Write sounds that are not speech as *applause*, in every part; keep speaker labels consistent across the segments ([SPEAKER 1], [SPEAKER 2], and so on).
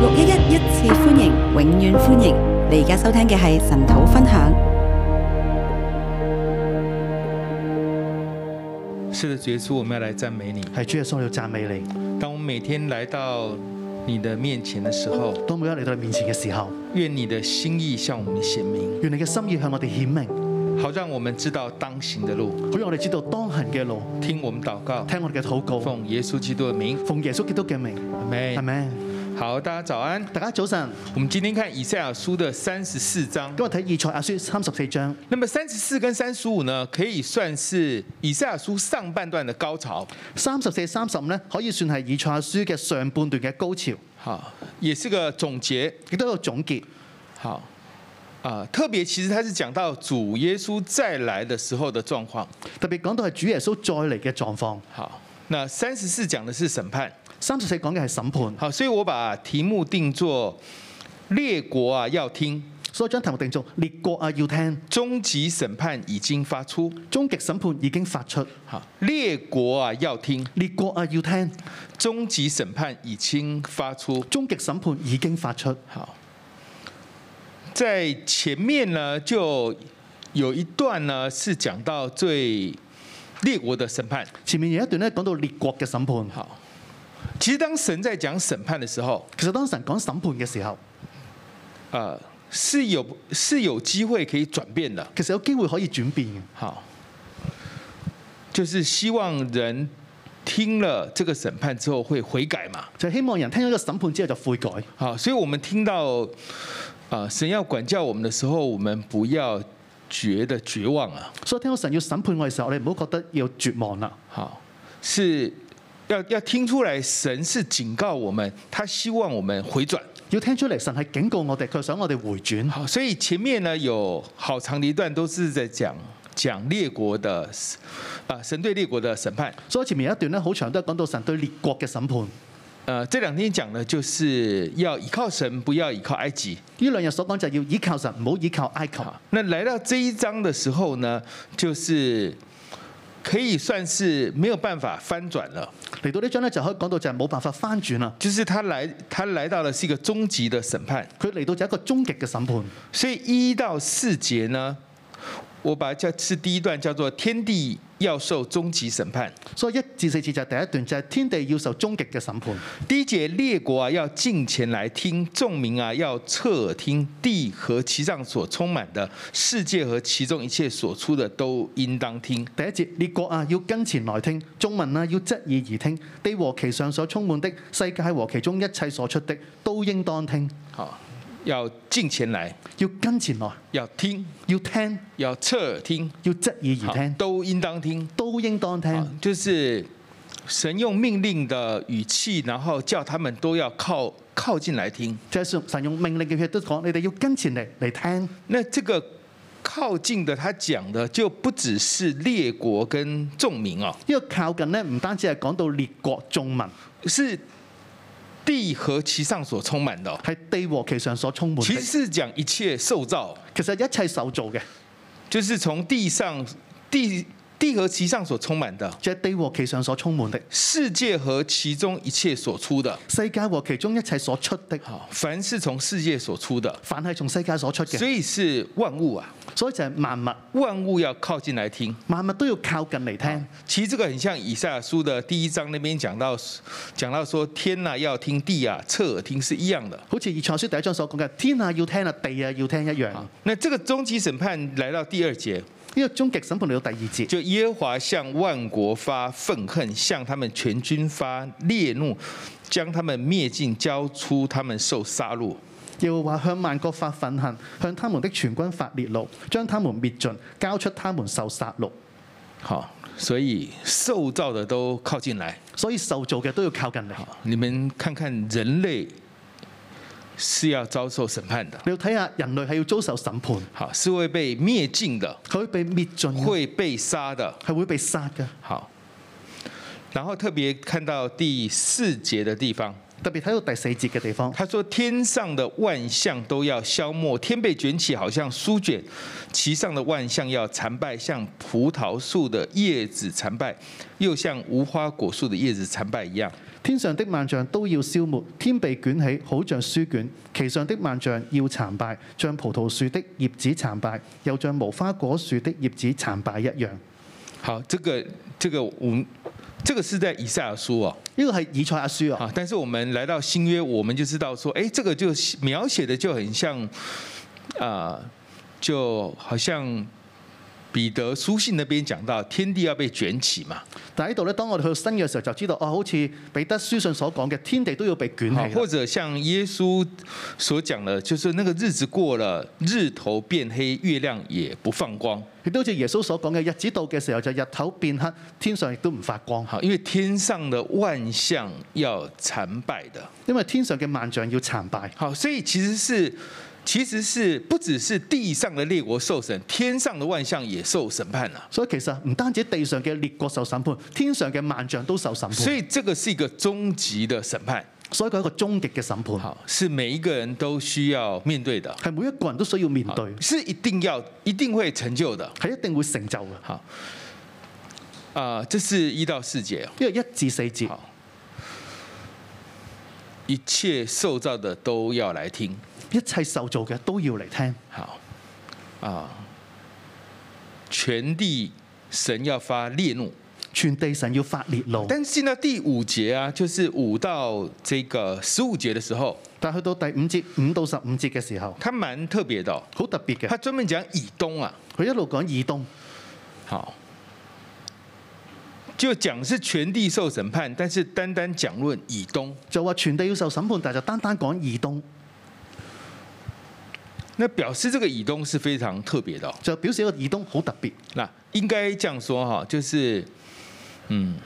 [SPEAKER 1] 六一一一次歡迎，永遠歡迎！你而家收聽嘅係神土分享。
[SPEAKER 2] 是的，主耶穌，我們要來讚美你。
[SPEAKER 3] 係主耶穌，我要讚美你。
[SPEAKER 2] 當我們每天來到你的面前的時候，
[SPEAKER 3] 當每一日嚟到你面前嘅時候，
[SPEAKER 2] 願你的心意向我們顯明，
[SPEAKER 3] 願你嘅心意向我哋顯明，
[SPEAKER 2] 好讓我們知道當行的路。
[SPEAKER 3] 好讓我哋知道當行嘅路。
[SPEAKER 2] 聽我們禱告，
[SPEAKER 3] 聽我哋嘅禱告，
[SPEAKER 2] 奉耶穌基督的名，
[SPEAKER 3] 奉耶穌基督嘅名，
[SPEAKER 2] 阿
[SPEAKER 3] 係
[SPEAKER 2] 門。
[SPEAKER 3] 咪？
[SPEAKER 2] 好，大家早安。
[SPEAKER 3] 大家早晨，
[SPEAKER 2] 我們今天看以賽亞書的三十四章。
[SPEAKER 3] 今日睇以賽亞書三十四章。
[SPEAKER 2] 那麼三十四跟三十五呢，可以算是以賽亞書上半段的高潮，
[SPEAKER 3] 三十四、三十五咧，可以算係以賽亞書嘅上半段嘅高潮，
[SPEAKER 2] 好，也是個總結。
[SPEAKER 3] 亦都有總結。
[SPEAKER 2] 好，啊、特別其實他是講到主耶穌再來的時候的狀況。
[SPEAKER 3] 特別講到係主耶穌再嚟嘅狀況。
[SPEAKER 2] 好，那三十四講的是審判。
[SPEAKER 3] 三十四講嘅係審判，
[SPEAKER 2] 好，所以我把題目定做“列國啊要聽，
[SPEAKER 3] 所以將題目定做列國啊要聽，
[SPEAKER 2] 終極審判已經發出”。
[SPEAKER 3] 終極審判已經發出，
[SPEAKER 2] 好，列國啊要聽，
[SPEAKER 3] 列國啊要聽，
[SPEAKER 2] 終極審判已經發出。
[SPEAKER 3] 終極審判已經發出。
[SPEAKER 2] 好，在前面呢就有一段呢是講到最列國的審判。
[SPEAKER 3] 前面有一段咧講到列國嘅審判。
[SPEAKER 2] 好，其實當神在講審判的時候，
[SPEAKER 3] 其實當神講審判嘅時候，
[SPEAKER 2] 呃，是有是有機會可以轉變的。
[SPEAKER 3] 其實有機會可以轉變嘅，
[SPEAKER 2] 好，就是希望人聽了這個審判之後會悔改嘛。
[SPEAKER 3] 就係希望人聽咗個審判之後就悔改。
[SPEAKER 2] 好，所以我們聽到啊、神要管教我們的時候，我們不要覺得絕望啊。
[SPEAKER 3] 所以聽到神要審判我嘅時候，我哋唔好覺得要絕望啦。
[SPEAKER 2] 好，是要要聽出來，神是警告我們，他希望我們回轉。
[SPEAKER 3] 要聽出嚟，神係警告我哋，佢想我哋回轉。
[SPEAKER 2] 好，所以前面呢有好長的一段都是在講講列國的啊、神對列國的審判。
[SPEAKER 3] 所以前面有一段咧，好長都係講到神對列國嘅審判。呢
[SPEAKER 2] 呃，這兩天講的就是要倚靠神，不要倚靠埃及。
[SPEAKER 3] 兩日所講就係要倚靠神，唔好倚靠埃及。
[SPEAKER 2] 好，那來到這一章的時候呢，就是可以算是沒有辦法翻轉了，
[SPEAKER 3] 嚟到呢章咧就可以講到就係冇辦法翻轉啦。
[SPEAKER 2] 就是他來他來到的是一個終極的審判，
[SPEAKER 3] 佢嚟到就係一個終極嘅審判。
[SPEAKER 2] 所以一到四節呢，我把它叫是第一段叫做天地要受終極審判。
[SPEAKER 3] 所以一至四節就係第一段，就係天地要受終極嘅審判。
[SPEAKER 2] 第一節，列國啊要近前來聽，眾民啊要側耳聽，地和其上所充滿的，世界和其中一切所出的都應當聽。
[SPEAKER 3] 第一節，列國啊，要跟前來聽；眾民啊，要側耳而聽。地和其上所充滿的，世界和其中一切所出的，都應當聽。
[SPEAKER 2] 好，要近前來，
[SPEAKER 3] 要跟前來，
[SPEAKER 2] 要聽，
[SPEAKER 3] 要聽，
[SPEAKER 2] 要側耳聽，
[SPEAKER 3] 要側耳而
[SPEAKER 2] 好
[SPEAKER 3] 聽，
[SPEAKER 2] 都應當聽。
[SPEAKER 3] 都應當
[SPEAKER 2] 好
[SPEAKER 3] 聽。，
[SPEAKER 2] 就是神用命令的語氣，然後叫他們都要靠靠近來聽。
[SPEAKER 3] 就係神用命令嘅嘢都講，你哋要跟前嚟嚟聽。
[SPEAKER 2] 那這個靠近的，他講的就不只是列國跟眾民哦。
[SPEAKER 3] 呢個靠近呢，唔單止係講到列國眾民，
[SPEAKER 2] 是地和其上所充滿的哦、
[SPEAKER 3] 係地和其上所充滿
[SPEAKER 2] 其
[SPEAKER 3] 的
[SPEAKER 2] 實。是講一切受造，
[SPEAKER 3] 其實一切受造嘅，
[SPEAKER 2] 就是從地上地地和其上所充滿的，
[SPEAKER 3] 就係地和其上所充滿的，
[SPEAKER 2] 世界和其中一切所出的。
[SPEAKER 3] 世界和其中一切所出的，
[SPEAKER 2] 好，凡是從世界所出的，
[SPEAKER 3] 凡係從世界所出
[SPEAKER 2] 所
[SPEAKER 3] 嘅，
[SPEAKER 2] 以是萬物啊，
[SPEAKER 3] 所以就係萬物，
[SPEAKER 2] 萬物要靠近來聽。
[SPEAKER 3] 萬物都要靠近嚟聽。
[SPEAKER 2] 其實這個很像以賽亞書的第一章那邊講到，講到說天呐、要聽，地啊側耳聽是一樣的。
[SPEAKER 3] 好似《以賽亞書》第一章所講嘅，天啊要聽啊，地啊要聽一樣。
[SPEAKER 2] 啊
[SPEAKER 3] 呢，
[SPEAKER 2] 那這個終極審判來到第二節，
[SPEAKER 3] 個終極審判嚟到第二節，
[SPEAKER 2] 就耶和華向萬國發憤恨，向他們全軍發烈怒，將他們滅盡，交出他們受殺戮。
[SPEAKER 3] 又話向萬國發憤恨，向他們的全軍發烈怒，將他們滅盡，交出他們受殺戮。
[SPEAKER 2] 好，所以受造的都靠近來。
[SPEAKER 3] 所以受造嘅都要靠近你。
[SPEAKER 2] 好，你們看看人類是要遭受審判的，
[SPEAKER 3] 你要睇下人類係要遭受審判，
[SPEAKER 2] 好，是會被滅盡的，
[SPEAKER 3] 佢會被滅盡嘅，
[SPEAKER 2] 會被殺的。
[SPEAKER 3] 係會被殺嘅。
[SPEAKER 2] 好，然後特別看到第四節的地方，
[SPEAKER 3] 特別睇到第四節嘅地方，
[SPEAKER 2] 他說：“天上的萬象都要消沒，天被捲起，好像書卷；其上的萬象要殘敗，像葡萄樹的葉子殘敗，又像無花果樹的葉子殘敗一樣。
[SPEAKER 3] 天上的萬象都要消沒，天被捲起，好像書卷；其上的萬象要殘敗，像葡萄樹的葉子殘敗，又像無花果樹的葉子殘敗一樣。呢
[SPEAKER 2] 好，這個這個我們這個是在以賽亞書哦，
[SPEAKER 3] 個係以賽亞書啊。
[SPEAKER 2] 啊，但是我們來到新約，我們就知道說，哎，這個就描寫的就很像，啊、就好像彼得書信那邊講到天地要被捲起嘛，
[SPEAKER 3] 但喺度咧，當我哋去到新嘅時候，就知道哦，好似彼得書信所講嘅，天地都要被捲
[SPEAKER 2] 好，啊
[SPEAKER 3] 起啦
[SPEAKER 2] 或。者像耶穌所講的，就是那個日子過了，日頭變黑，月亮也不放光。
[SPEAKER 3] 亦都好似耶穌所講嘅，日子到嘅時候就日頭變黑，天上亦都唔發光，
[SPEAKER 2] 好，因為天上的萬象要殘敗的。
[SPEAKER 3] 因為天上嘅萬象要殘敗。
[SPEAKER 2] 好，所以其實是其實是不只是地上的列國受審，天上的萬象也受審判啊了。
[SPEAKER 3] 所以其實唔單止地上嘅列國受審判，天上嘅萬象都受審判。
[SPEAKER 2] 所以這個是一個終極的審判，
[SPEAKER 3] 所以佢係一個終極嘅審判，
[SPEAKER 2] 好，是每一個人都需要面對的，
[SPEAKER 3] 係每一個人都需要面
[SPEAKER 2] 好
[SPEAKER 3] 對，
[SPEAKER 2] 是一定要一定會成就的。
[SPEAKER 3] 係一定會成就嘅。
[SPEAKER 2] 好，啊、這是一到四節哦。
[SPEAKER 3] 因為一至四節，
[SPEAKER 2] 好，一切受造的都要來聽。
[SPEAKER 3] 一切受造嘅都要嚟聽，
[SPEAKER 2] 好，啊，全地神要發烈怒。
[SPEAKER 3] 全地神要發烈怒。
[SPEAKER 2] 但是進到第五節啊，就是五到這個十五節的時候，
[SPEAKER 3] 但係去到第五節五到十五節嘅時候，
[SPEAKER 2] 它蠻特別的、哦，
[SPEAKER 3] 好特別
[SPEAKER 2] 它
[SPEAKER 3] 嘅，
[SPEAKER 2] 專門講以東啊，
[SPEAKER 3] 佢一路講以東，
[SPEAKER 2] 好，就講是全地受審判，但是單單講論以東，
[SPEAKER 3] 就話全地要受審判，但係就單單講以東，
[SPEAKER 2] 那表示這個以東是非常特別的、哦。
[SPEAKER 3] 就表示個以東好特別。
[SPEAKER 2] 那應該這樣說哈，就是，嗯，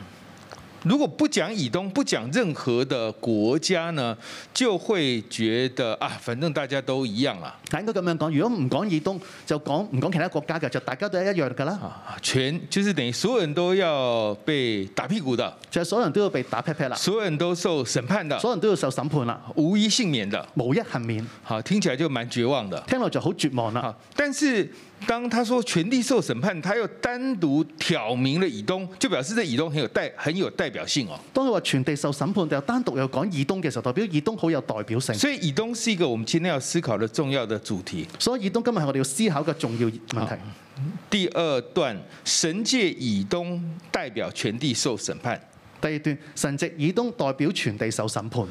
[SPEAKER 2] 如果不講以東，不講任何的國家呢，就會覺得啊，反正大家都一樣啊，
[SPEAKER 3] 但應該咁樣講，如果唔講以東，就講唔講其他國家嘅，就大家都係一樣㗎啦，
[SPEAKER 2] 啊，全就是等於所有人都要被打屁股的，
[SPEAKER 3] 就係所有人都要被打 pat pat 啦，
[SPEAKER 2] 所有人都受審判的，
[SPEAKER 3] 啊所有人都要受審判啦，
[SPEAKER 2] 無一幸免的。
[SPEAKER 3] 無一幸免，
[SPEAKER 2] 好，聽起來就蠻絕望的。
[SPEAKER 3] 聽落就好絕望啦。
[SPEAKER 2] 好，但是當他說全地受審判，他又單獨挑明了以東，就表示這以東很有代很有代表性哦。
[SPEAKER 3] 當佢話全地受審判，就單獨又講以東嘅時候，代表以東好有代表性。
[SPEAKER 2] 所以以東是一個我們今天要思考的重要的主題。
[SPEAKER 3] 所以以東今日係我哋要思考嘅重要問題。
[SPEAKER 2] 啊第二段，神界以東代表全地受審判，
[SPEAKER 3] 第二段，神藉以東代表全地受審判，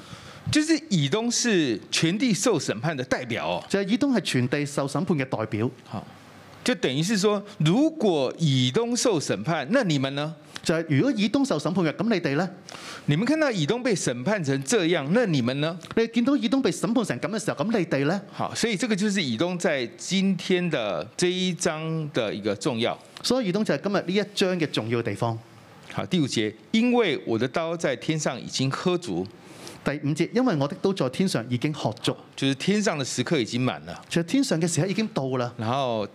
[SPEAKER 2] 就是以東是全地受審判的代表哦。
[SPEAKER 3] 就係以東係全地受審判嘅代表，
[SPEAKER 2] 好，就等於是說，如果以東受審判，那你們呢？
[SPEAKER 3] 就係如果以東受審判嘅，咁你哋呢？
[SPEAKER 2] 你們看到以東被審判成這樣，那你們呢？
[SPEAKER 3] 你見到以東被審判成咁嘅時候，咁你哋呢？
[SPEAKER 2] 好，所以這個就是以東在今天的這一章的一個重要。
[SPEAKER 3] 所以以東就係今日呢一章嘅重要地方。
[SPEAKER 2] 好，第五節，因為我的刀在天上已經喝足，
[SPEAKER 3] 第五節，因為我的刀在天上已經學足，
[SPEAKER 2] 就是天上的時刻已經滿了。
[SPEAKER 3] 其實天上嘅時刻已經到啦，
[SPEAKER 2] 然後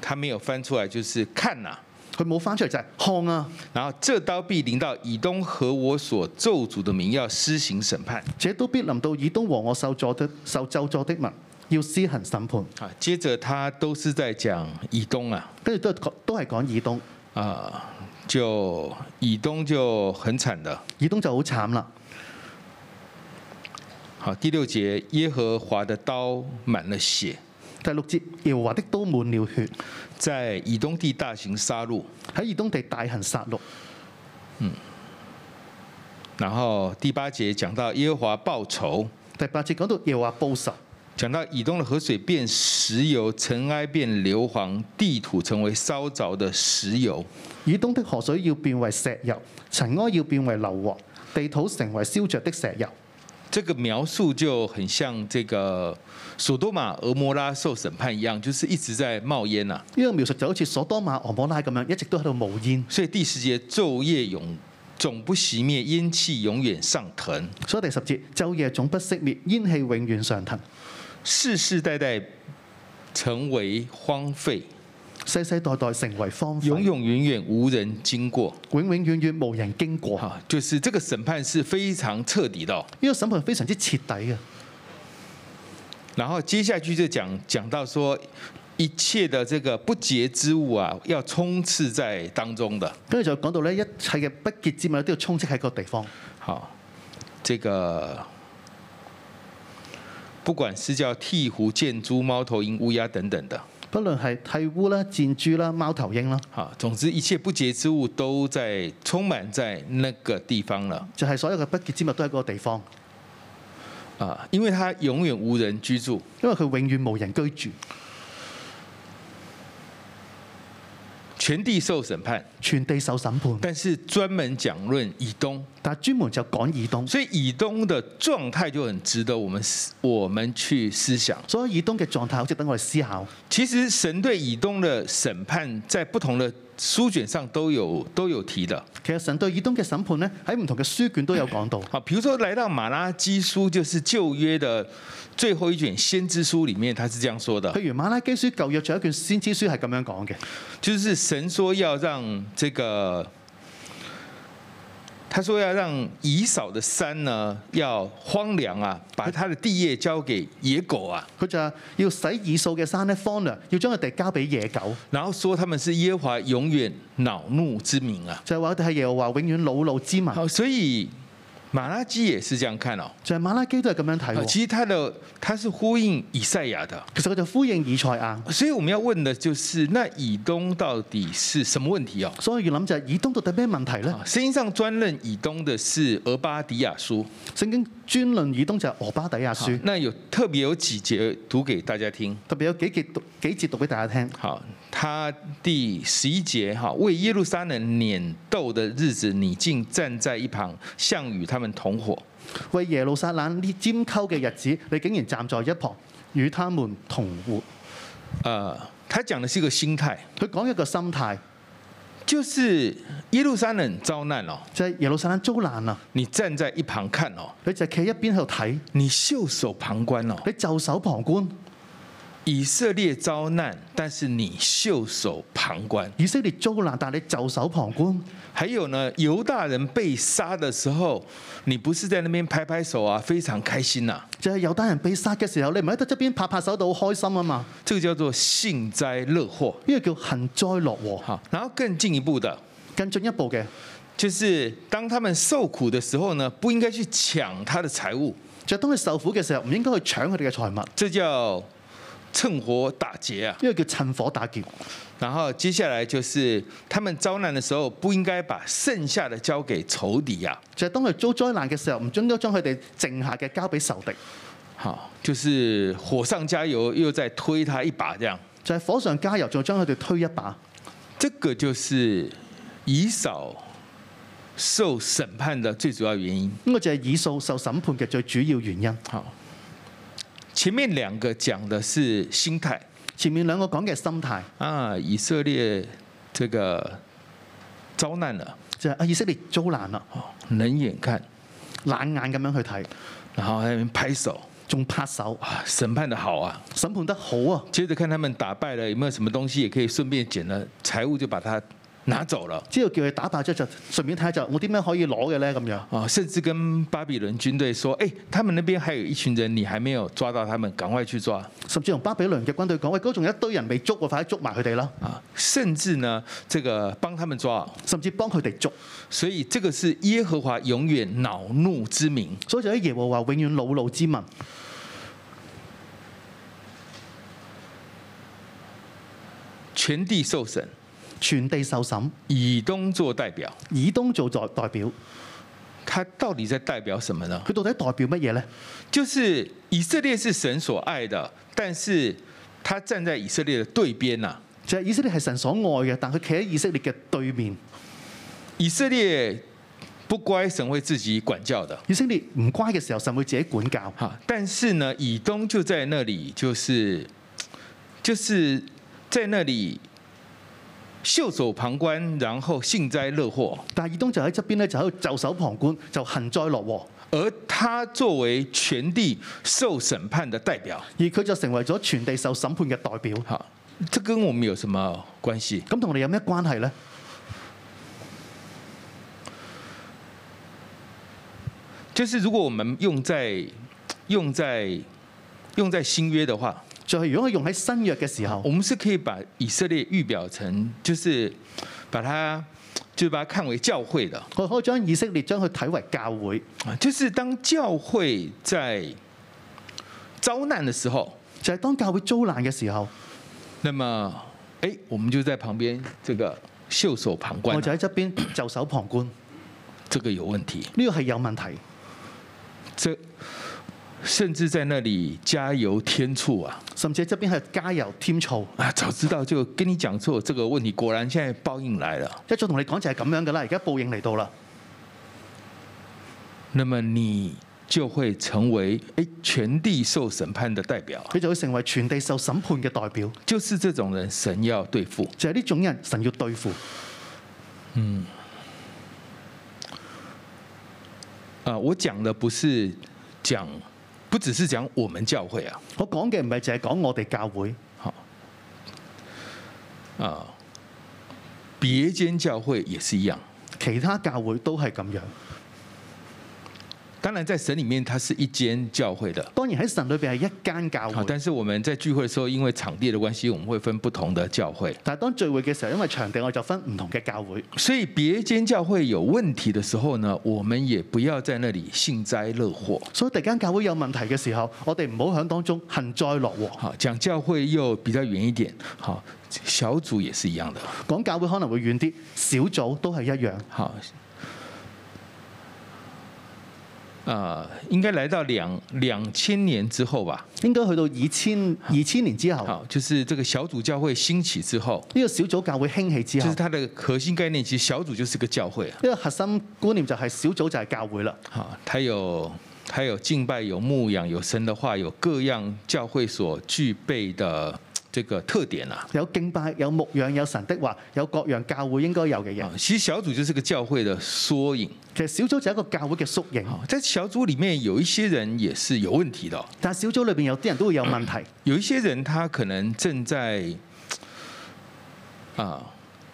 [SPEAKER 2] 他沒有翻出來，就是看呐、
[SPEAKER 3] 佢冇翻出嚟就係、看啊！
[SPEAKER 2] 然後這刀必臨到以東和我所咒詛的民，要施行審判。
[SPEAKER 3] 這都必臨到以東和我受助的受咒詛的民，要施行審判。
[SPEAKER 2] 啊，接着他都是在講以東啊，
[SPEAKER 3] 跟住都係講都係講以東，
[SPEAKER 2] 啊，就以東就很慘的。
[SPEAKER 3] 以東就好慘啦。
[SPEAKER 2] 好，第六節，耶和華的刀滿了血，
[SPEAKER 3] 第六節，耶和華的刀滿了血，
[SPEAKER 2] 在以東地大行殺戮。
[SPEAKER 3] 喺以東地大行殺戮。
[SPEAKER 2] 然後第八節講到耶和華報仇，
[SPEAKER 3] 第八節講到耶和華報仇，
[SPEAKER 2] 講到以東的河水變石油，塵埃變硫磺，地土成為燒着的石油。
[SPEAKER 3] 以東的河水要變為石油，塵埃要變為硫磺，地土成為燒着的石油。
[SPEAKER 2] 這個描述就很像這個索多瑪、俄摩拉受審判一樣，就是一直在冒煙呐、啊。
[SPEAKER 3] 呢、個描述就好似所多瑪、俄摩拉咁樣，一直都喺度冒煙。
[SPEAKER 2] 所以第十節晝夜永總不熄滅，煙氣永遠上騰，
[SPEAKER 3] 所以第十節，晝夜總不熄滅，煙氣永遠上騰，
[SPEAKER 2] 世世代代成為荒廢，
[SPEAKER 3] 世世代代成為荒廢，
[SPEAKER 2] 永永遠遠無人經過。
[SPEAKER 3] 永永遠遠無人經過。
[SPEAKER 2] 好，就是這個審判是非常徹底的哦、
[SPEAKER 3] 呢個審判非常之徹底嘅。
[SPEAKER 2] 然後接下去就講講到說，一切的這個不潔之物啊，要充斥在當中的。
[SPEAKER 3] 跟住就講到咧，一切嘅不潔之物都要充斥喺個地方。
[SPEAKER 2] 好，这个不管是叫鹈鹕、箭猪、猫头鹰、乌鸦等等的，
[SPEAKER 3] 不論係剃烏啦、箭豬啦、貓頭鷹啦，
[SPEAKER 2] 啊，总之一切不洁之物都在充满在那个地方了
[SPEAKER 3] 就係、所有嘅不潔之物都喺嗰個地方，
[SPEAKER 2] 啊，因为它永远无人居住。
[SPEAKER 3] 因為佢永遠無人居住，
[SPEAKER 2] 全地受审判，
[SPEAKER 3] 全地受審判。
[SPEAKER 2] 但是专门讲论以东，
[SPEAKER 3] 但係專門就趕以東，
[SPEAKER 2] 所以以东的状态就很值得我们思我们去思想。
[SPEAKER 3] 所以以東嘅狀態好值得我哋思考。
[SPEAKER 2] 其实神对以东的审判，在不同的书卷上都有都有提的。
[SPEAKER 3] 其實神對以東嘅審判呢，喺唔同嘅書卷都有講到。
[SPEAKER 2] 好，比如说来到马拉基书，就是旧约的最后一卷先知书里面，他是这样说的，
[SPEAKER 3] 譬如馬拉基書舊約仲有一卷先知書係咁樣講嘅，
[SPEAKER 2] 就是神说要让这个，他说要让以扫的山呢要荒凉啊，把他的地业交给野狗啊，
[SPEAKER 3] 佢就係要使以掃嘅山呢荒涼，要將佢哋交俾野狗，
[SPEAKER 2] 然后说他们是耶和华永远恼怒之民啊。
[SPEAKER 3] 就係話我哋係耶和華永遠老路之民。
[SPEAKER 2] 好，所以马拉基也是这样看哦。
[SPEAKER 3] 就係馬拉基都係咁樣睇
[SPEAKER 2] 呃
[SPEAKER 3] 喎。
[SPEAKER 2] 其实它的它是呼应以赛亚的，
[SPEAKER 3] 其實佢就呼應以賽亞，
[SPEAKER 2] 所以我们要问的就是，那以东到底是什么问题哦？
[SPEAKER 3] 所以要諗就係以東到底咩問題呢？
[SPEAKER 2] 啊，圣经上专任以东的是俄巴迪亚书，啊
[SPEAKER 3] 聖經專論以東就係俄巴底亞書，
[SPEAKER 2] 那有特别有幾节读给大家听。
[SPEAKER 3] 特別有幾節讀幾節讀俾大家聽。
[SPEAKER 2] 好，他第十一节哈，为耶路撒冷撵斗的日子，你竟站在一旁，项羽他们同伙。
[SPEAKER 3] 為耶路撒冷呢尖溝嘅日子，你竟然站在一旁，與他們同活。
[SPEAKER 2] 呃，他讲的是一个心态，
[SPEAKER 3] 佢講一個心態，
[SPEAKER 2] 就是耶路撒冷遭难哦，
[SPEAKER 3] 就係、耶路撒冷遭難啦，
[SPEAKER 2] 你站在一旁看哦，
[SPEAKER 3] 你就係企一邊喺度睇，
[SPEAKER 2] 你袖手旁观哦。
[SPEAKER 3] 你袖手旁觀。
[SPEAKER 2] 以色列遭难，但是你袖手旁观。
[SPEAKER 3] 以色列遭難，但係你袖手旁觀。
[SPEAKER 2] 还有呢，犹大人被杀的时候，你不是在那边拍拍手啊，非常开心呐、
[SPEAKER 3] 就係、猶太人被殺嘅時候，你唔係喺度側邊拍拍手度好開心啊嘛？
[SPEAKER 2] 这个叫做幸灾乐祸。
[SPEAKER 3] 呢、個叫幸災樂禍。
[SPEAKER 2] 好，然后更进一步的，
[SPEAKER 3] 更進一步嘅。
[SPEAKER 2] 就是当他们受苦的时候呢，不应该去搶他的财物，
[SPEAKER 3] 就係當佢受苦嘅時候，唔應該去搶佢哋嘅財物，
[SPEAKER 2] 这叫趁火打劫啊。
[SPEAKER 3] 因為叫趁火打劫。
[SPEAKER 2] 然后接下来就是他们遭难的时候，不应该把剩下的交给仇敌啊。
[SPEAKER 3] 就係當佢遭災難嘅時候，唔應該將佢哋剩下嘅交俾仇敵，
[SPEAKER 2] 好，就是火上加油，又再推他一把，这样，
[SPEAKER 3] 就係、火上加油，仲要將佢哋推一把。
[SPEAKER 2] 这个就是以扫受审判的最主要原因。
[SPEAKER 3] 呢個就係以掃受審判嘅最主要原因。
[SPEAKER 2] 好，前面两个讲的是心态
[SPEAKER 3] 前面兩個講嘅係心態，
[SPEAKER 2] 啊，以色列这个遭难了，
[SPEAKER 3] 就係、啊以色列遭難啦，
[SPEAKER 2] 好冷眼看，
[SPEAKER 3] 冷眼咁樣去睇，
[SPEAKER 2] 然后在那边拍手
[SPEAKER 3] 仲拍手，
[SPEAKER 2] 啊，审判的好啊。
[SPEAKER 3] 審判得好啊！
[SPEAKER 2] 接着看他们打败了，有没有什么东西也可以顺便捡了财物就把它拿走了。
[SPEAKER 3] 之後叫佢打敗之後，就順便睇下就我啲咩可以攞嘅咧咁樣。
[SPEAKER 2] 啊，甚至跟巴比伦军队说：“哎、他们那边还有一群人，你还没有抓到他们，赶快去抓
[SPEAKER 3] 甚至同巴比倫嘅軍隊講：喂，嗰仲有一堆人未捉喎，快啲捉埋佢哋啦！
[SPEAKER 2] 啊！”甚至呢，这个帮他们抓。
[SPEAKER 3] 甚至幫佢哋捉。
[SPEAKER 2] 所以这个是耶和华永远恼怒之名。
[SPEAKER 3] 所以就喺耶和華永遠老路之民。
[SPEAKER 2] 全地受审，
[SPEAKER 3] 全地受審，
[SPEAKER 2] 以东做代表，
[SPEAKER 3] 以東做代代表，
[SPEAKER 2] 他到底在代表什么呢？
[SPEAKER 3] 佢到底代表乜嘢呢？
[SPEAKER 2] 就是以色列是神所爱的，但是他站在以色列的对边呐、
[SPEAKER 3] 就係、以色列係神所愛嘅，但佢企喺以色列嘅對面。
[SPEAKER 2] 以色列不乖，神会自己管教的。
[SPEAKER 3] 以色列唔乖嘅時候，神會自己管教。
[SPEAKER 2] 好，但是呢，以东就在那里，就是就是在那里袖手旁观，然后幸灾乐祸。
[SPEAKER 3] 但係以東就喺側邊咧，就喺度袖手旁觀，就幸災樂禍。
[SPEAKER 2] 而他作为全地受审判的代表，
[SPEAKER 3] 而佢就成為咗全地受審判嘅代表。
[SPEAKER 2] 好，这跟我们有什么关系？
[SPEAKER 3] 咁同我哋有咩關係呢？
[SPEAKER 2] 就是如果我们用在用在用在新约的话，
[SPEAKER 3] 就係、如果佢用喺新約嘅時候
[SPEAKER 2] 我，们是可以把以色列预表成，就是把它。就是把它看為教會的，
[SPEAKER 3] 我可以將以色列將佢睇為教會，
[SPEAKER 2] 啊就是當教會在遭難的時候，
[SPEAKER 3] 就係、當教會遭難嘅時候，
[SPEAKER 2] 那麼哎、诶我們就在旁邊這個袖手旁觀
[SPEAKER 3] 我
[SPEAKER 2] 啊，
[SPEAKER 3] 就喺側邊袖手旁觀。呢
[SPEAKER 2] 這個有問題。
[SPEAKER 3] 個係有問題，
[SPEAKER 2] 這甚至在那裡加油添醋啊
[SPEAKER 3] 甚至喺側邊係加油添醋。
[SPEAKER 2] 啊！早知道就跟你講錯這個問題，果然現在報應來了。
[SPEAKER 3] 一早同你講就係咁樣噶啦，而家報應嚟到啦，
[SPEAKER 2] 那麼你就會成為哎、诶全地受審判的代表啊，
[SPEAKER 3] 佢就會成為全地受審判嘅代表。
[SPEAKER 2] 就是這種人神要對付。
[SPEAKER 3] 就係呢種人，神要對付。
[SPEAKER 2] 啊，我講的不是講，不只是講我們教會啊，
[SPEAKER 3] 我講嘅唔係淨係講我哋教會，
[SPEAKER 2] 好，啊，別間教會也是一樣。
[SPEAKER 3] 其他教會都係咁樣。
[SPEAKER 2] 當然，在神裡面，它是一間教會的。
[SPEAKER 3] 當然喺神裏邊係一間教
[SPEAKER 2] 好，
[SPEAKER 3] 會，
[SPEAKER 2] 但是我們在聚會的時候，因為場地的關係，我們會分不同的教會。
[SPEAKER 3] 但係當聚會嘅時候，因為場地我就分唔同嘅教會。
[SPEAKER 2] 所以別間教會有問題的時候呢，我們也不要在那裡幸災樂禍。
[SPEAKER 3] 所以突然間教會有問題嘅時候，我哋唔好喺當中幸災樂禍。
[SPEAKER 2] 好，講教會又比較遠一點。好，小組也是一樣的。
[SPEAKER 3] 講教會可能會遠啲，小組都係一樣。
[SPEAKER 2] 好，呃，應該來到兩兩千年之後吧。
[SPEAKER 3] 應該去到二千二千年之後，呢、
[SPEAKER 2] 好，就是這個小組教會興起之後，
[SPEAKER 3] 個小組教會興起之
[SPEAKER 2] 就
[SPEAKER 3] 後，
[SPEAKER 2] 是
[SPEAKER 3] 呢、
[SPEAKER 2] 它的核心概念，其實小組就是個教會啊。
[SPEAKER 3] 個核心觀念就係小組就係教會啦。
[SPEAKER 2] 好，它有它有敬拜，有牧養，有神的話，有各樣教會所具備的這個特點啊。
[SPEAKER 3] 有敬拜，有牧養，有神的話，有各樣教會應該有嘅嘢
[SPEAKER 2] 啊。，其實小組就是個教會的縮影。
[SPEAKER 3] 其實小組就係一個教會嘅縮影。
[SPEAKER 2] 好，在小組裡面有一些人也是有問題的哦、
[SPEAKER 3] 但小組裏邊有啲人都會有問
[SPEAKER 2] *clears throat*
[SPEAKER 3] 題，
[SPEAKER 2] 有一些人他可能正在啊，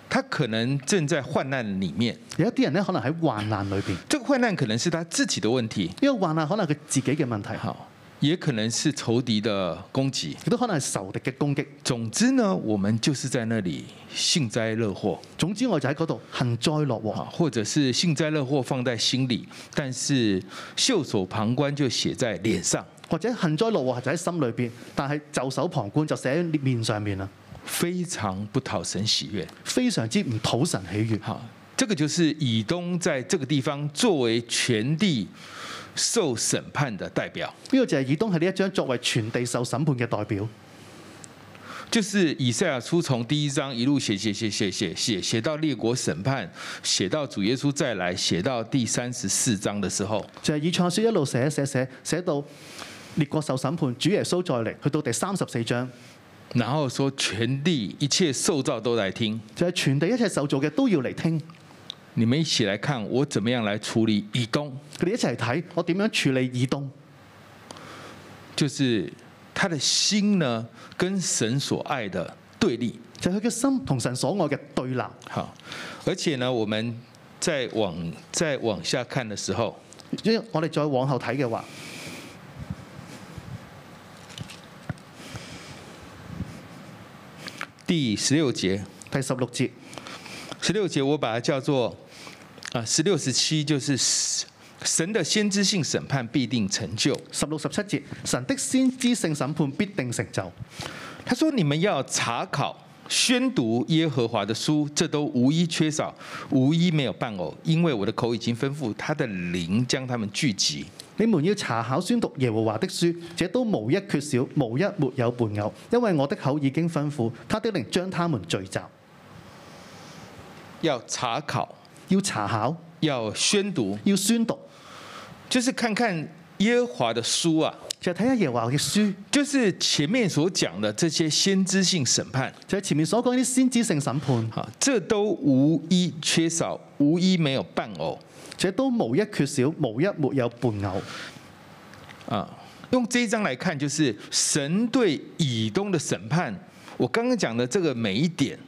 [SPEAKER 2] 他可能正在患難裡面。
[SPEAKER 3] 有一啲人咧可能喺患難裏邊，呢、
[SPEAKER 2] 這個患難可能是他自己的問題，
[SPEAKER 3] 個患難可能係佢自己嘅問題，
[SPEAKER 2] 好，也可能是仇敵的攻擊。
[SPEAKER 3] 亦都可能係仇敵嘅攻擊。
[SPEAKER 2] 總之呢，我們就是在那裡幸災樂禍，
[SPEAKER 3] 總之我就喺嗰度幸災樂禍，
[SPEAKER 2] 啊，或者是幸災樂禍放在心裡，但是袖手旁觀就寫在臉上，
[SPEAKER 3] 或者幸災樂禍就喺心裏邊，但係袖手旁觀就寫喺面上面啦，
[SPEAKER 2] 非常不討神喜悅。
[SPEAKER 3] 非常之唔討神喜悅。
[SPEAKER 2] 好，這個就是以東在這個地方作為全地受審判的代表，
[SPEAKER 3] 呢個就係以東喺呢一章作為全地受審判嘅代表，
[SPEAKER 2] 就是以賽亞書從第一章一路寫寫寫寫寫寫寫到列國審判，寫到主耶穌再來，寫到第三十四章的時候，
[SPEAKER 3] 就係、以賽亞書一路寫寫寫寫到列國受審判，主耶穌再嚟，去到第三十四章，
[SPEAKER 2] 然後說全地一切受造都來聽，
[SPEAKER 3] 就係、全地一切受造嘅都要嚟聽，
[SPEAKER 2] 你們一起來看我怎麼樣來處理以東，
[SPEAKER 3] 佢哋一齊嚟睇我點樣處理以東。
[SPEAKER 2] 就是他的心呢跟神所愛的對立。
[SPEAKER 3] 就係佢嘅心同神所愛嘅對立。
[SPEAKER 2] 好，而且呢，我們再往再往下看的時候，
[SPEAKER 3] 因為我哋再往後睇嘅話，
[SPEAKER 2] 第十六節，
[SPEAKER 3] 第十六節
[SPEAKER 2] 十六節我把它叫做啊，十六十七就是神的先知性審判必定成就。
[SPEAKER 3] 十六十七節，神的先知性審判必定成就。
[SPEAKER 2] 他說：你們要查考。宣讀耶和華的書，這都無一缺少，無一沒有伴偶，因為我的口已經吩咐他的靈將他們聚集。
[SPEAKER 3] 你們要查考宣讀耶和華的書，這都無一缺少，無一沒有伴偶，因為我的口已經吩咐，他的靈將他們聚集。
[SPEAKER 2] 要查考，
[SPEAKER 3] 要查考，
[SPEAKER 2] 要宣讀，
[SPEAKER 3] 要宣讀，
[SPEAKER 2] 就是看看耶和華的書啊，
[SPEAKER 3] 就係睇下耶和華嘅書，
[SPEAKER 2] 就是前面所講的這些先知性審判，
[SPEAKER 3] 就係、前面所講呢啲先知性審判，
[SPEAKER 2] 好，這都無一缺少，無一沒有哦伴偶
[SPEAKER 3] 這都無一缺少，無一沒有伴偶。
[SPEAKER 2] 啊。用這一章來看，就是神對以東的審判，我剛剛講的這個每一點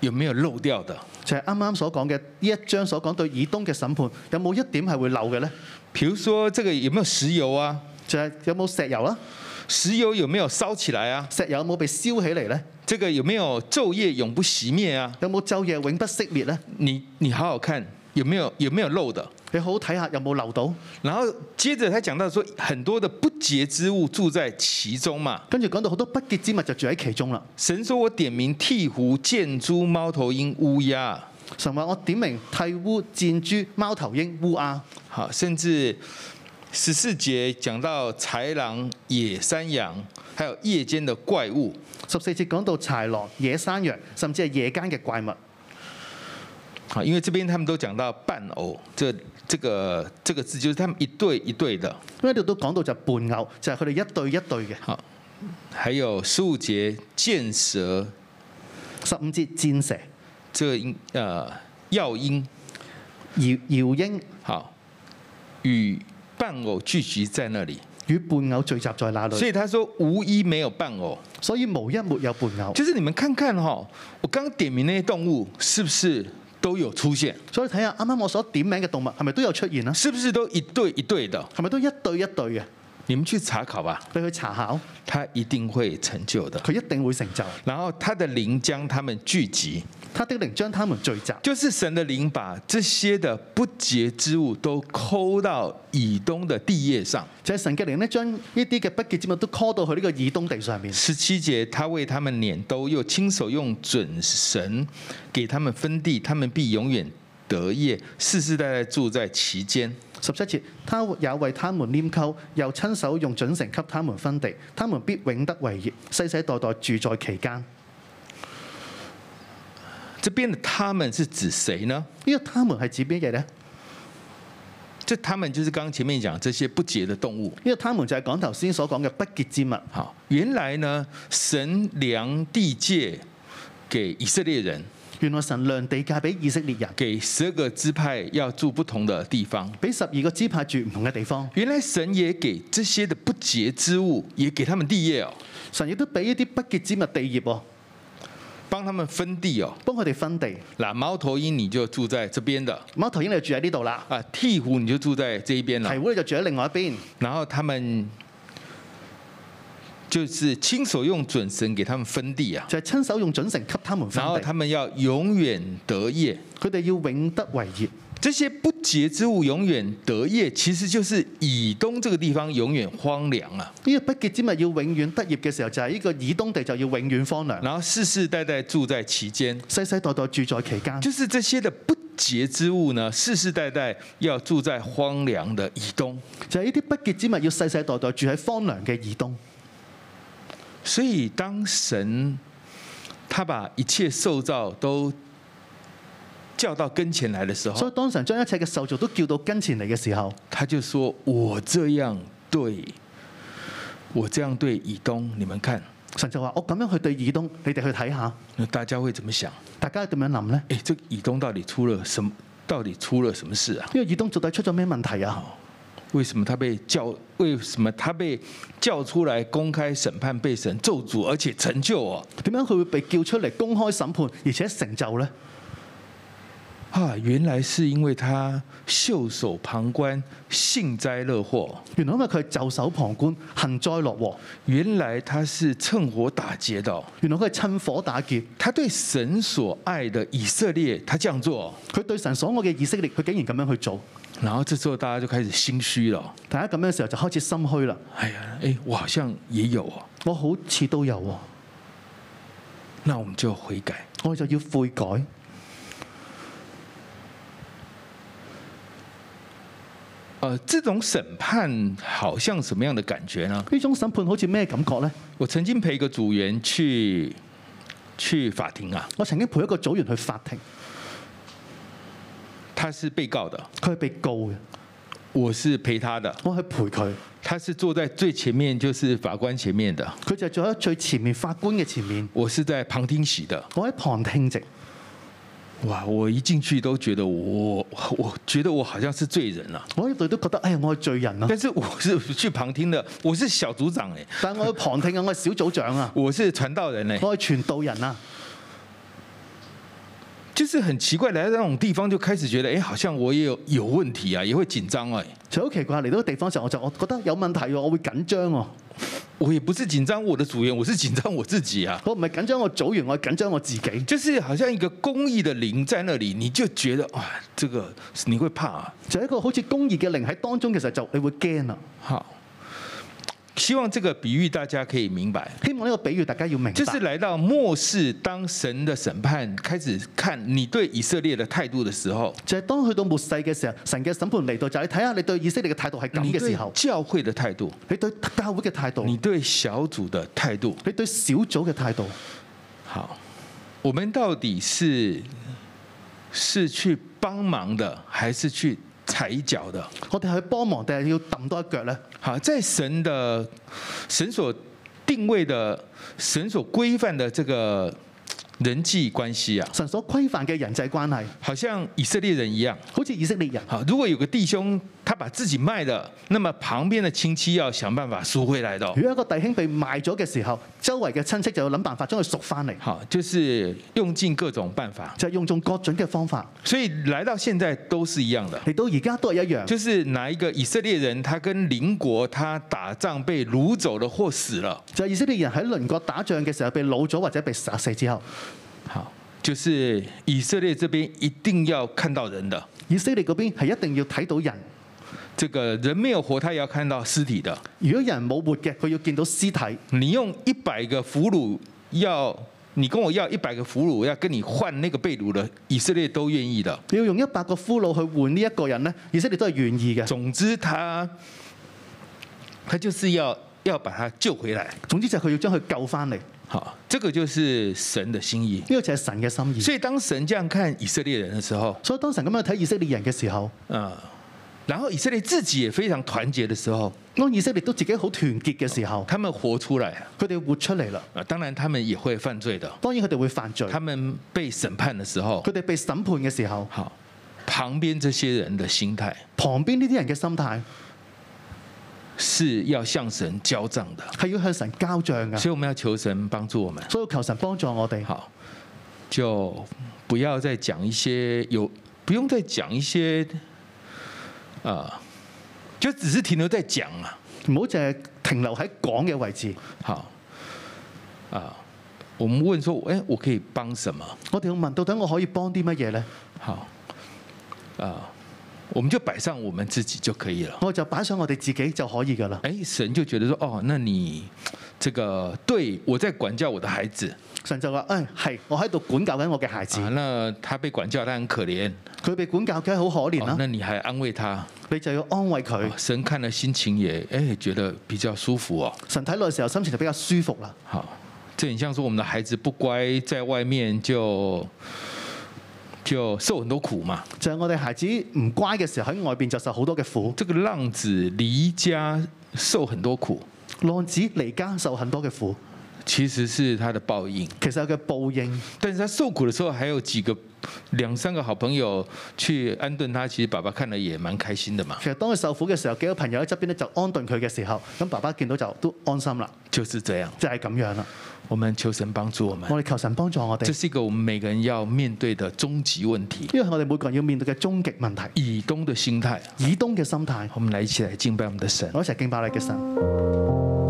[SPEAKER 2] 有沒有漏掉的？
[SPEAKER 3] 就係啱啱所講嘅呢一章所講對以東嘅審判，有冇一點係會漏嘅呢？
[SPEAKER 2] 比如說這個有沒有石油啊？
[SPEAKER 3] 就係有冇石油啦，
[SPEAKER 2] 石油有没有烧起来啊？
[SPEAKER 3] 石油有冇被燒起嚟呢？
[SPEAKER 2] 这个有没有昼夜永不熄灭啊？
[SPEAKER 3] 有冇晝夜永不熄滅呢？
[SPEAKER 2] 你你好好看有没有有没有漏的？
[SPEAKER 3] 你好好睇下有冇漏到。
[SPEAKER 2] 然后接着他讲到说，很多的不洁之物住在其中嘛。
[SPEAKER 3] 跟住講到好多不潔之物就住喺其中啦。
[SPEAKER 2] 神说我点名鹈鹕、箭猪、猫头鹰、乌鸦，
[SPEAKER 3] 神話我點明剃烏、箭豬、貓頭鷹、烏鴉，
[SPEAKER 2] 好，甚至十四节讲到豺狼、野山羊，还有夜间的怪物。
[SPEAKER 3] 十四節講到豺狼、野山羊，甚至係夜間嘅怪物。
[SPEAKER 2] 好，因为这边他们都讲到伴偶，这这个这个字就是他们一对一对的。
[SPEAKER 3] 因為呢度都講到就伴偶，就係佢哋一對一對嘅。
[SPEAKER 2] 好，还有十五节箭蛇，
[SPEAKER 3] 十五節箭蛇、
[SPEAKER 2] 这个应呃药鹰，
[SPEAKER 3] 搖搖鷹
[SPEAKER 2] 好，与伴偶聚集在那里。
[SPEAKER 3] 與伴偶聚集在那裏
[SPEAKER 2] 所，以他說無一沒有伴偶，
[SPEAKER 3] 所以無一沒有伴偶。
[SPEAKER 2] 就是你們看看哈、我剛點名那些動物是不是都有出現？
[SPEAKER 3] 所以睇下啱啱我所點名嘅動物係咪都有出現啦？
[SPEAKER 2] 是不是都一對一對的？
[SPEAKER 3] 係咪都一對一對嘅？
[SPEAKER 2] 你們去查考吧，
[SPEAKER 3] 你去查考，
[SPEAKER 2] 他一定會成就的。
[SPEAKER 3] 佢一定會成就。
[SPEAKER 2] 然後他的靈將他們聚集，
[SPEAKER 3] 他的靈將他們聚集，
[SPEAKER 2] 就是神的靈把這些的不潔之物都抠到以東的地業上。
[SPEAKER 3] 就係神嘅靈呢，將呢啲嘅不潔之物都 call 到去呢個以東地上面。
[SPEAKER 2] 十七节，他為他們撵兜，又親手用准绳給他們分地，他們必永遠得業，世世代代住在其間。
[SPEAKER 3] 十七節，他也為他們拈鬮，又親手用準繩給他們分地，他們必永得為業，世世代代住在其間。
[SPEAKER 2] 这边的他們是指誰呢？
[SPEAKER 3] 呢、個他們係指邊嘢呢？
[SPEAKER 2] 这他們就是剛剛前面講這些不潔的動物。
[SPEAKER 3] 呢、個他們就係講頭先所講嘅不潔之物。
[SPEAKER 2] 好，原來呢，神量地界給以色列人，
[SPEAKER 3] 原來神量地界俾以色列人，
[SPEAKER 2] 給十二個支派要住不同的地方。
[SPEAKER 3] 俾十二個支派住唔同嘅地方。
[SPEAKER 2] 原來神也給這些的不潔之物，也給他們地業哦，
[SPEAKER 3] 神亦都俾一啲不潔之物地業喎，
[SPEAKER 2] 幫他們分地哦。
[SPEAKER 3] 幫佢哋分地。
[SPEAKER 2] 嗱，貓頭鷹你就住在這邊的，
[SPEAKER 3] 貓頭鷹你就住喺呢度啦，
[SPEAKER 2] 啊，鹈鹕你就住在這一邊
[SPEAKER 3] 提
[SPEAKER 2] 了。
[SPEAKER 3] 烏你就住喺另外一邊。
[SPEAKER 2] 然後他們就是親手用準繩給他們分地啊，
[SPEAKER 3] 就係親手用準繩給他們分
[SPEAKER 2] 然後
[SPEAKER 3] 地
[SPEAKER 2] 他，們要永遠得業。
[SPEAKER 3] 佢哋要永得為業。
[SPEAKER 2] 这些不洁之物永遠得業，其實就是以東這個地方永遠荒涼啊，
[SPEAKER 3] 呢、個不潔之物要永遠得業嘅時候，就係、呢個以東地就要永遠荒涼，
[SPEAKER 2] 然後世世代代住在其間。
[SPEAKER 3] 世世代代住在其間。
[SPEAKER 2] 就是這些的不洁之物呢，世世代代要住在荒涼的以東。
[SPEAKER 3] 就係呢啲不潔之物要世世代代住喺荒涼嘅以東。
[SPEAKER 2] 所以當神他把一切受造都叫到跟前來的時
[SPEAKER 3] 所以
[SPEAKER 2] 候，
[SPEAKER 3] 當神將一切嘅受造都叫到跟前嚟嘅時候，
[SPEAKER 2] 他就說：我這樣對，我這樣對以東，你們看，
[SPEAKER 3] 神就話：我咁樣去對以東，你哋去睇下，
[SPEAKER 2] 那大家會怎麼想？
[SPEAKER 3] 大家點樣諗呢？
[SPEAKER 2] 哎，這個以東到底出了什麼？到底出了什麼事啊？
[SPEAKER 3] 呢個以東到底出咗咩問題啊？
[SPEAKER 2] 為什麼他被叫？為什麼他被叫出來公開審判，被神咒詛，而且成就哦？
[SPEAKER 3] 點樣佢會被叫出嚟公開審判，而且成就呢？
[SPEAKER 2] 啊，原來是因為他袖手旁觀，幸災樂禍。
[SPEAKER 3] 原來因為佢係袖手旁觀，幸災樂禍。
[SPEAKER 2] 原來他是趁火打劫的哦、
[SPEAKER 3] 原來佢係趁火打劫。
[SPEAKER 2] 他對神所愛的以色列，他這樣做哦，
[SPEAKER 3] 佢對神所愛嘅以色列，佢竟然咁樣去做，
[SPEAKER 2] 然後這時候大家就開始心虛了哦。
[SPEAKER 3] 大家咁樣嘅時候就開始心虛啦。
[SPEAKER 2] 哎呀，哎，我好像也有哦，
[SPEAKER 3] 我好似都有喎，
[SPEAKER 2] 那我們就悔改。
[SPEAKER 3] 我就要悔改。
[SPEAKER 2] 呃，這種審判好像什麼樣的感覺呢？
[SPEAKER 3] 呢種審判好似咩感覺呢？
[SPEAKER 2] 我曾經陪一個組員去去法庭啊，
[SPEAKER 3] 我曾經陪一個組員去法庭，
[SPEAKER 2] 他是被告的，
[SPEAKER 3] 佢係被告嘅，
[SPEAKER 2] 我是陪他的，
[SPEAKER 3] 我去陪佢，
[SPEAKER 2] 他是坐在最前面，就是法官前面的。
[SPEAKER 3] 佢就坐喺最前面法官嘅前面，
[SPEAKER 2] 我是在旁听席的，
[SPEAKER 3] 我喺旁聽席。
[SPEAKER 2] 哇！我一進去都覺得我，我覺得我好像是罪人了、啊。
[SPEAKER 3] 我喺度都覺得，哎呀，我係罪人啊！
[SPEAKER 2] 但是我是去旁聽的，我是小組長哎、
[SPEAKER 3] 但我喺旁聽啊，我係小組長
[SPEAKER 2] *laughs*
[SPEAKER 3] 啊，
[SPEAKER 2] 我是傳道人哎、
[SPEAKER 3] 我係傳道人啊。
[SPEAKER 2] 就是很奇怪，來到那種地方就開始覺得，哎、好像我也有有問題啊，也會緊張哎。
[SPEAKER 3] 就好奇怪嚟到個地方嘅時候，我就我覺得有問題喎，我會緊張喎。
[SPEAKER 2] 我也不是紧张我的组员，我是紧张我自己啊。 *laughs*
[SPEAKER 3] 我唔係緊張我組員，我係緊張我自己，
[SPEAKER 2] 就是好像一个公益的灵在那里，你就觉得哇，这个你会怕、啊。
[SPEAKER 3] 就係一個好似公義嘅靈喺當中，其實就你啊會驚啦。
[SPEAKER 2] 好，希望这个比喻大家可以明白。
[SPEAKER 3] 希望呢個比喻大家要明白，
[SPEAKER 2] 就是来到末世，当神的审判开始看你对以色列的态度的时候，
[SPEAKER 3] 就係當去到末世嘅時候，神嘅審判嚟到，就係你睇下你對以色列嘅態度係咁
[SPEAKER 2] 你
[SPEAKER 3] 嘅
[SPEAKER 2] 对
[SPEAKER 3] 時候，
[SPEAKER 2] 教会的态度，
[SPEAKER 3] 你對教會嘅態度，
[SPEAKER 2] 你对小组的态度。
[SPEAKER 3] 你對小組嘅態度，
[SPEAKER 2] 好，我们到底是是去帮忙的，还是去踩脚的？
[SPEAKER 3] 我哋係去幫忙定係要揼多一腳呢？
[SPEAKER 2] 好，在神的神所定位的、神所规范的这个人际关系啊，
[SPEAKER 3] 神所規範嘅人際關係，
[SPEAKER 2] 好像以色列人一样。
[SPEAKER 3] 好似以色列人，
[SPEAKER 2] 好，如果有个弟兄他把自己卖了，那么旁边的亲戚要想办法赎回来的哦、
[SPEAKER 3] 如果一個弟兄被賣咗嘅時候，周圍嘅親戚就要諗辦法將佢贖翻嚟，
[SPEAKER 2] 好，就是用尽各种办法，
[SPEAKER 3] 就係用盡各種嘅方法，
[SPEAKER 2] 所以来到现在都是一样的。
[SPEAKER 3] 嚟到而家都係一樣。
[SPEAKER 2] 就是哪一个以色列人，他跟邻国他打仗被掳走了或死了，
[SPEAKER 3] 就係以色列人喺鄰國打仗嘅時候被擄咗或者被殺死之後，
[SPEAKER 2] 好，就是以色列这边一定要看到人的，
[SPEAKER 3] 以色列嗰邊係一定要睇到人。
[SPEAKER 2] 这个人没有活，他也要看到尸体的。
[SPEAKER 3] 如果人冇活嘅，佢要見到屍體。
[SPEAKER 2] 你用一百个俘虏要，你跟我要一百个俘虏，要跟你换那个被掳的，以色列都愿意的。
[SPEAKER 3] 你要用一百個俘虜去換呢一個人呢，以色列都係願意嘅。
[SPEAKER 2] 总之他，他就是要要把他救回来。
[SPEAKER 3] 總之就係佢要將佢救翻嚟。呢、
[SPEAKER 2] 好，这个就是神的心意。
[SPEAKER 3] 個就係神嘅心意。
[SPEAKER 2] 所以当神这样看以色列人的时候，
[SPEAKER 3] 所以當神咁樣睇以色列人嘅時候，
[SPEAKER 2] 呃，然后以色列自己也非常团结的时候，
[SPEAKER 3] 當以色列都自己好團結嘅時候，
[SPEAKER 2] 他们活出来啊、
[SPEAKER 3] 佢哋活出嚟啦。
[SPEAKER 2] 呃当然他们也会犯罪的，
[SPEAKER 3] 當然佢哋會犯罪，
[SPEAKER 2] 他
[SPEAKER 3] 佢
[SPEAKER 2] 们被审判的时候，
[SPEAKER 3] 哋被審判嘅時候，
[SPEAKER 2] 好，旁边这些人的心态
[SPEAKER 3] 旁邊呢啲人嘅心態
[SPEAKER 2] 是要向神交账的，
[SPEAKER 3] 係要向神交帳
[SPEAKER 2] 所以
[SPEAKER 3] 㗎。
[SPEAKER 2] 我们要求神帮助我们。
[SPEAKER 3] 所以求神幫助我哋，
[SPEAKER 2] 好，就不要再讲一些有，不用再讲一些，啊、就只是停留在讲啊。
[SPEAKER 3] 唔好淨係停留喺講嘅位置。
[SPEAKER 2] 好，啊、我们问说，哎、我可以帮什么？
[SPEAKER 3] 我哋要問到底我可以幫啲乜嘢呢？
[SPEAKER 2] 好，啊、我们就摆上我们自己就可以了。
[SPEAKER 3] 我就擺上我哋自己就可以㗎啦。
[SPEAKER 2] 哎，神就觉得说，哦，那你这个对我在管教我的孩子
[SPEAKER 3] 神就話：，誒、係，我喺度管教緊我嘅孩子
[SPEAKER 2] 啊，，那他被管教，他很可怜，
[SPEAKER 3] 佢被管教梗係好可憐
[SPEAKER 2] 哦
[SPEAKER 3] 啦，
[SPEAKER 2] 那你还安慰他，
[SPEAKER 3] 你就要安慰佢
[SPEAKER 2] 哦。神看了心情也，哎，觉得比较舒服哦。
[SPEAKER 3] 神睇落嘅時候心情就比較舒服啦。
[SPEAKER 2] 好，这很像说我们的孩子不乖，在外面就就受很多苦嘛。
[SPEAKER 3] 就係、我哋孩子唔乖嘅時候喺外邊就受好多嘅苦，
[SPEAKER 2] 这个浪子离家受很多苦，
[SPEAKER 3] 浪子離家受很多嘅苦，
[SPEAKER 2] 其实是他的报应。
[SPEAKER 3] 其實有嘅報應。
[SPEAKER 2] 但是他受苦的时候，还有几个两三个好朋友去安顿他，其实爸爸看了也蛮开心的嘛，
[SPEAKER 3] 其實當佢受苦嘅時候，幾個朋友喺側邊咧就安頓佢嘅時候，咁爸爸見到就都安心啦，
[SPEAKER 2] 就是这样。
[SPEAKER 3] 就係、咁樣啦。
[SPEAKER 2] 我们求神帮助我们，
[SPEAKER 3] 我哋求神幫助我哋
[SPEAKER 2] 这，是一个我们每个人要面对的终极问题。
[SPEAKER 3] 呢個係我哋每個人要面對嘅終極問題。
[SPEAKER 2] 以东的心态，
[SPEAKER 3] 以東嘅心態，
[SPEAKER 2] 我们来一起来敬拜我们的神。
[SPEAKER 3] 我一齊敬拜你嘅神。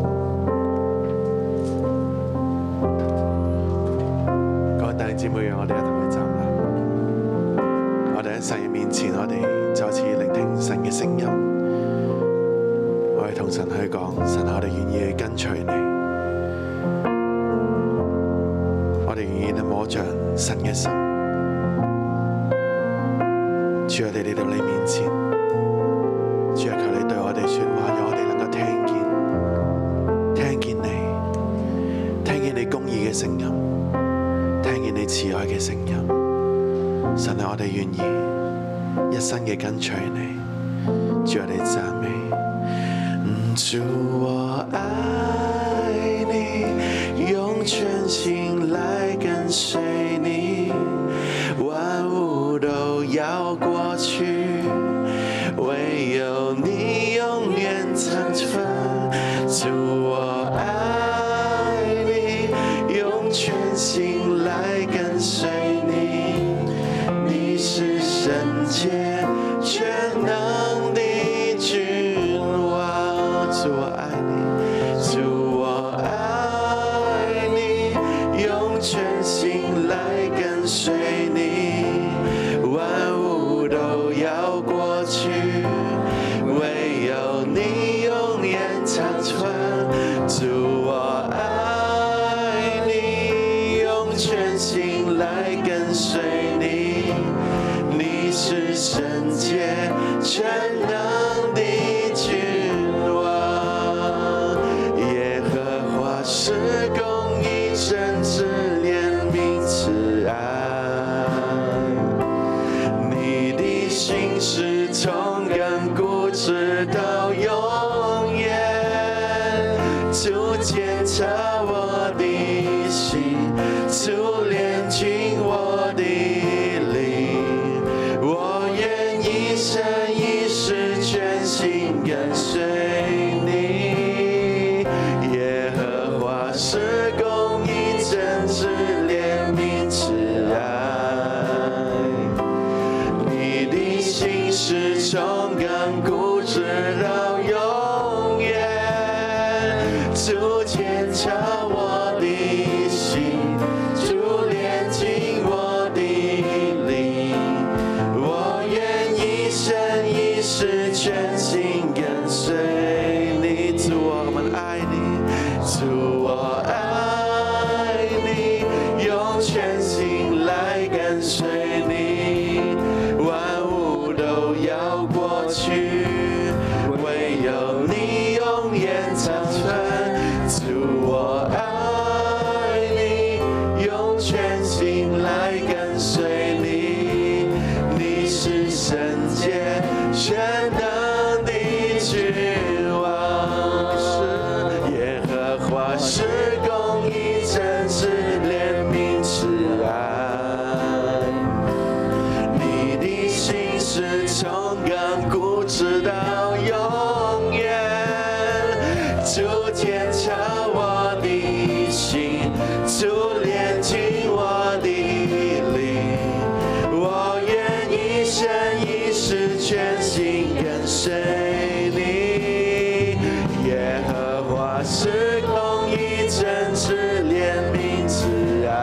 [SPEAKER 4] 各位弟兄姊妹，讓我哋一同去站立。我哋喺神嘅面前，我哋再次聆聽神嘅聲音。我哋同神去講，神，啊我哋願意去跟隨你。我哋願意去摸着神嘅心。主，我哋嚟到你面前，主啊，求你對我哋说話，讓我哋能夠聽見，聽見你，聽見你公義嘅聲音。聽見你慈愛嘅聲音，神啊，我哋願意一生嘅跟隨你，主我哋讚美。主我愛你，用全心來跟隨你，萬物都要過去，唯有你永遠長存。主我愛你，用全心來跟隨你，你是聖潔全能的君王。主我愛你，主我存，主我爱你，用全心来跟随你，你是圣洁全能的君王，耶和华是公义真挚怜悯慈爱。你的心事从亘古直到永远，主检查我的心，主炼尽我的灵，我愿一生一世全心跟随你，耶和华是公义真挚怜悯慈爱。你的心事从亘古直到永远，主检查我的心，主炼尽我的灵，我愿一生一世全心跟随你，主我们爱你，主我爱你，用全心来跟随你。万物都要过去，唯有你永远长存。主，我爱你，用全心来跟随你。你是圣洁全能的君王，是耶和华是公义真挚怜悯慈爱。你的心事从亘古直到永远，主检查我的心，主炼尽我的灵，我愿一生一世全心跟随你，耶和华是公义真挚怜悯慈爱。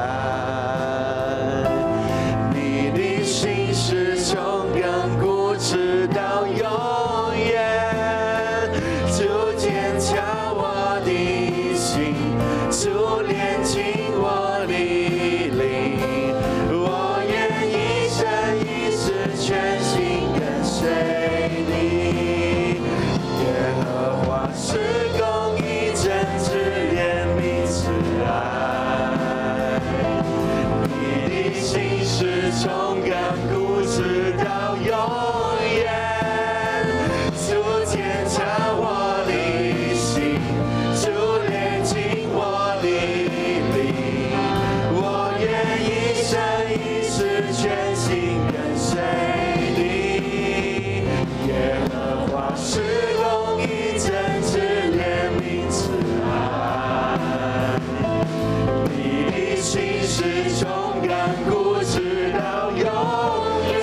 [SPEAKER 4] 你的心事从亘古直到永远，主检查我的心，主炼尽我的灵，我愿一生一世全心跟随你。耶和华是公义真挚怜悯慈爱。你的心事从亘古直到永远，主检查我的心，主炼尽我的灵，我愿一生一世全心跟随你。耶和华是公义真挚怜悯慈爱。你的心事从亘古直到永远，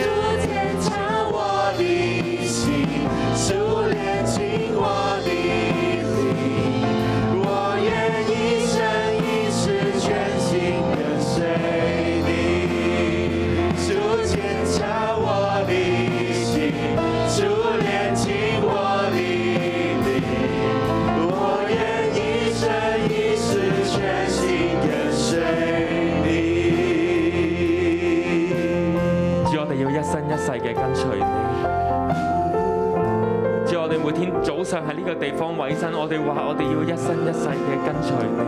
[SPEAKER 4] 主检查我的心，主炼尽我的灵，我愿一生一世全心跟随你，主检查我的心，主炼尽我的灵。我愿一生一世全心跟随你。
[SPEAKER 5] 主，我哋要一生一世嘅跟隨你。主，我哋每天早上喺呢個地方委身，我哋話我哋要一生一世嘅跟隨你。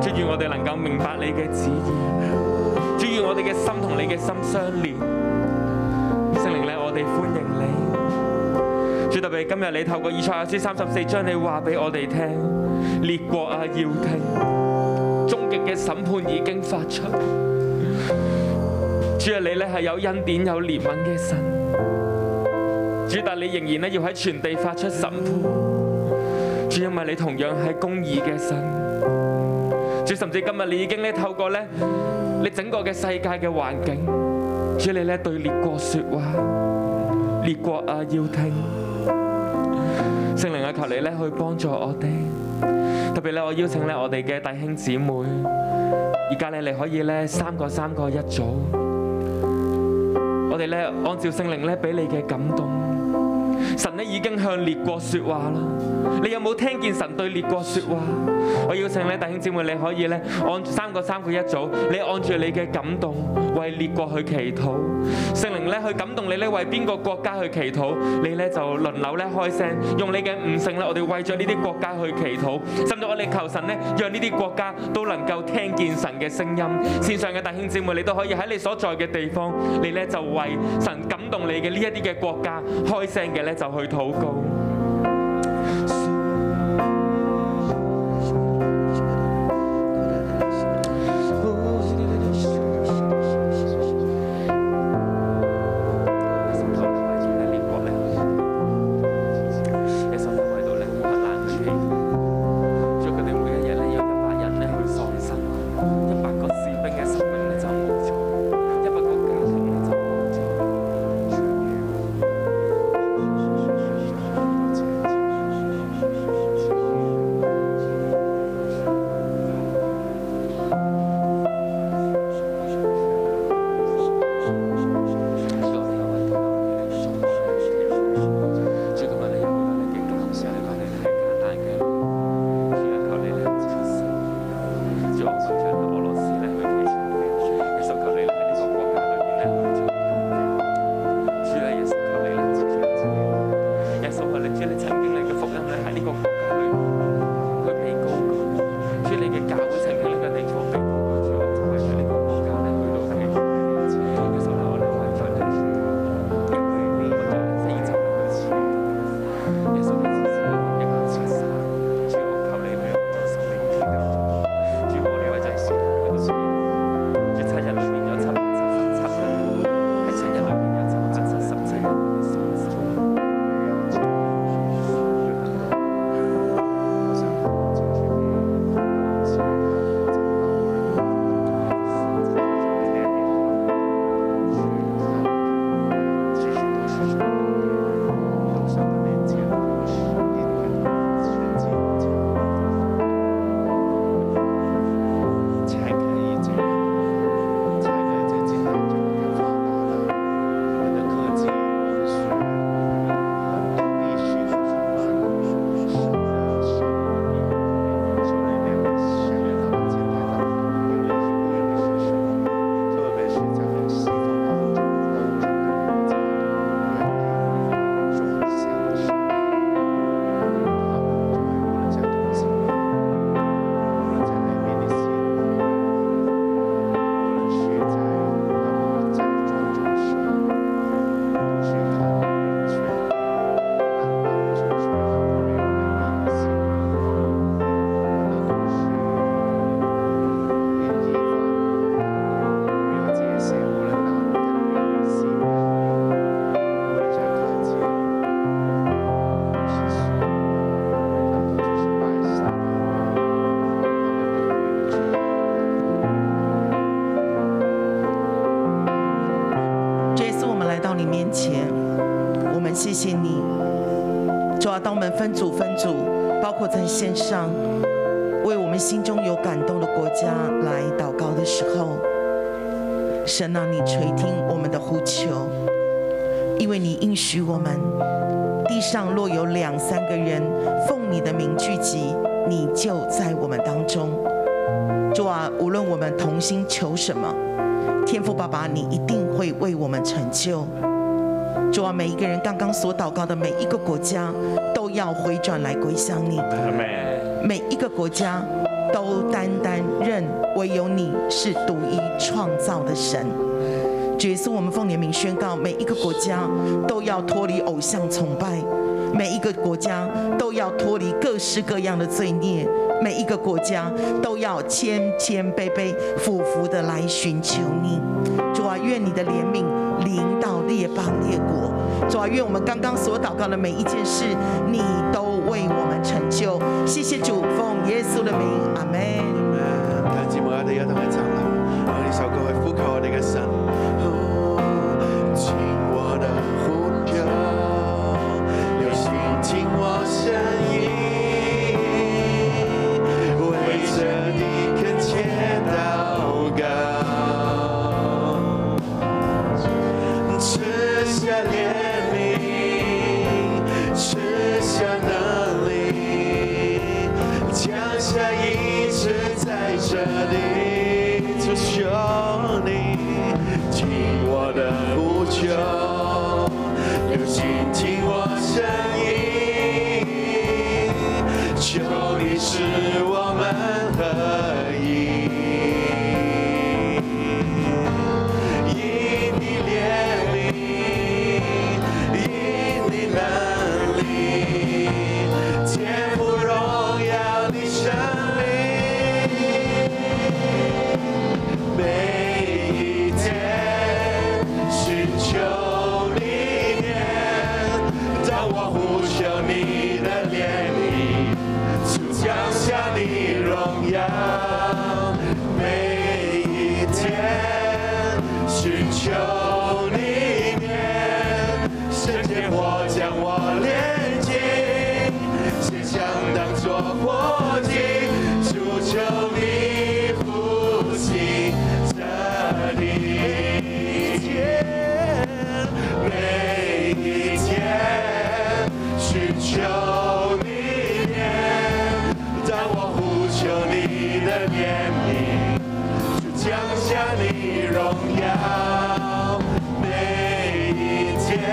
[SPEAKER 5] 主，願我哋能夠明白你嘅旨意。主，願我哋嘅心同你嘅心相連。聖靈咧，我哋歡迎你。主，特別今日你透過以賽亞書三十四章，你話俾我哋聽，列國啊要聽，終極嘅審判已經發出。主啊，你咧係有恩典有憐憫嘅神。主，但你仍然咧要喺全地發出審判。主，因為你同樣係公義嘅神。主，甚至今日你已經咧透過咧你整個嘅世界嘅環境，主你咧對列國説話，列國啊要聽。聖靈啊，求你咧去幫助我哋，特別咧我邀請咧我哋嘅弟兄姊妹，而家咧你可以咧三個三個一組。我哋咧按照聖靈咧俾你嘅感動，神咧已經向列國說話啦。你有冇聽見神對列國說話？我邀請咧弟兄姊妹，你可以咧按三個三個一組，你按住你嘅感動為列國去祈禱。聖靈咧去感動你咧為邊個國家去祈禱，你咧就輪流咧開聲，用你嘅悟性咧，我哋為咗呢啲國家去祈禱，甚至我哋求神咧，讓呢啲國家都能夠聽見神嘅聲音。線上嘅弟兄姊妹，你都可以喺你所在嘅地方，你咧就為神感動你嘅呢一啲嘅國家開聲嘅咧就去禱告。心頭咧圍住咧列國咧，一手包圍到咧烏克蘭嘅地，仲佢哋每一日咧有一百人咧去喪生，一百個士兵嘅生命咧就冇咗，一百個家庭咧就冇咗。
[SPEAKER 6] 这一次我们来到你面前，我们谢谢你，主啊，当我们分组分组，包括在线上，为我们心中有感动的国家来祷告的时候，神啊，你垂听我们的呼求，因为你应许我们，地上若有两三个人奉你的名聚集，你就在我们当中。主啊，无论我们同心求什么。天父爸爸，你一定会为我们成就。主啊，每一个人刚刚所祷告的每一个国家，都要回转来归向你。每一个国家都单单认唯有你是独一创造的神。主耶稣，我们奉你的名宣告，每一个国家都要脱离偶像崇拜，每一个国家都要脱离各式各样的罪孽，每一个国家都要谦谦卑卑、俯伏的来寻求你。主啊，愿你的怜悯临到列邦列国。主啊，愿我们刚刚所祷告的每一件事，你都为我们成就。谢谢主，奉耶稣的名，阿门。
[SPEAKER 4] 弟兄姊妹，我哋一同去站立，用呢首歌去呼求我哋嘅神。哦听我的呼求，留心听我声音，为着你恳切祷告，赐下怜悯，每一天寻求你面，圣洁火将我炼净，心想当作火祭，诉求你呼吸这里。每一天寻求你面，当我呼求你的怜悯，就降下你荣耀。每一天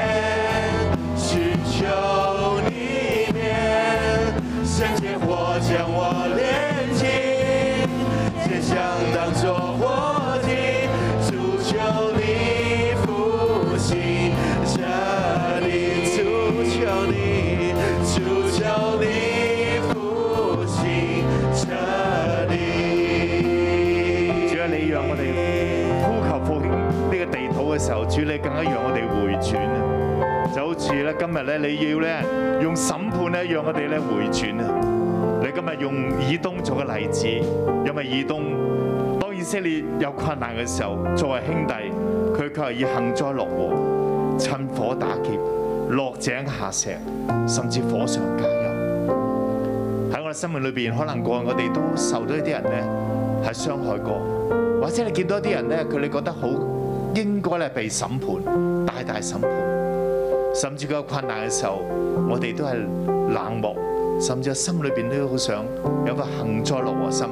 [SPEAKER 4] 寻求你面，圣洁火将我炼净，献上当作火祭，主求你复兴这里，主求你，主求你复兴这里。
[SPEAKER 7] 主啊，你讓我哋呼求復興呢個地土嘅時候，主你更加讓我哋回轉啊！就好似咧今日咧，你要咧用審判咧，讓我哋咧回轉啊！你今日用以東做個例子，因為以東當以色列有困難嘅時候，作為兄弟，佢卻係以幸災樂禍、趁火打劫、落井下石，甚至火上加油。喺我哋生命裏邊，可能過去我哋都受到一啲人咧係傷害過，或者你見到一啲人咧，佢哋覺得好應該咧被審判，大大審判，甚至佢有困難嘅時候，我哋都係冷漠，甚至心裏邊都好想有個幸災樂禍心，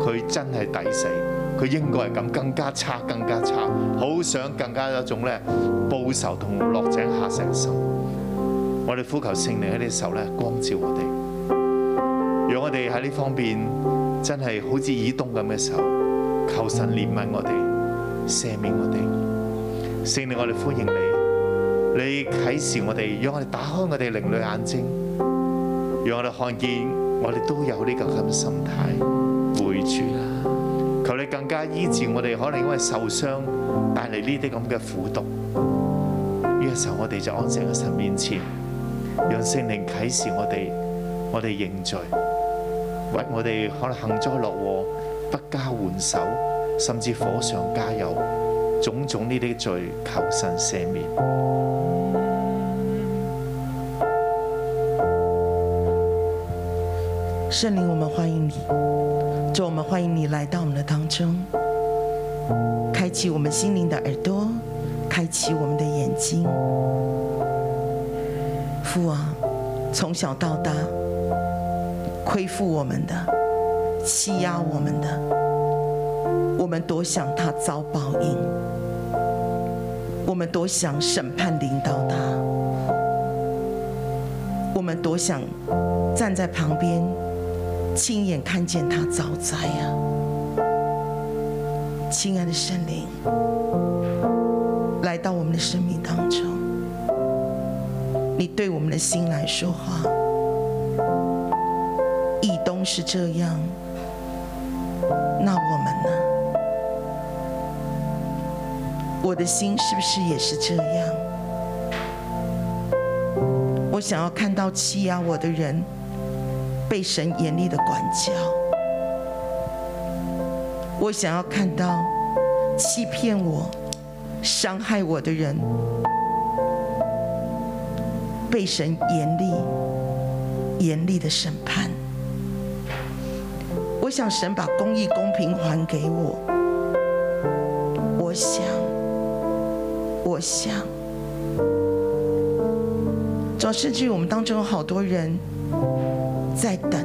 [SPEAKER 7] 佢真係抵死。佢應該係咁，更加差，更加差，好想更加有一種咧報仇同落井下石嘅心。我哋呼求聖靈喺呢時候咧光照我哋。讓我哋喺呢方面真係好似以東咁嘅時候，求神憐憫我哋，赦免我哋。聖靈，我哋歡迎你，你啟示我哋，讓我哋打開我哋靈裏眼睛，讓我哋看見我哋都有呢個咁嘅心態回轉啦。求你更加醫治我哋，可能因為受傷帶嚟呢啲咁嘅苦毒。呢個時候，我哋就安靜喺神面前，讓聖靈啟示我哋，我哋認罪。為我哋可能幸災樂禍、不加援手，甚至火上加油，種種呢啲罪，求神赦免。
[SPEAKER 6] 圣灵，我们欢迎你，主，我们欢迎你来到我们的当中，开启我们心灵的耳朵，开启我们的眼睛。父啊，从小到大，亏负我们的，欺压我们的，我们多想他遭报应，我们多想审判领导他，我们多想站在旁边亲眼看见他遭灾啊！亲爱的圣灵，来到我们的生命当中，你对我们的心来说话。以东是这样，那我们呢？我的心是不是也是这样？我想要看到欺压我的人被神严厉的管教，我想要看到欺骗我、伤害我的人被神严厉、严厉的审判。我想神把公义、公平还给我。我想，我想，主要甚至于我们当中有好多人在等，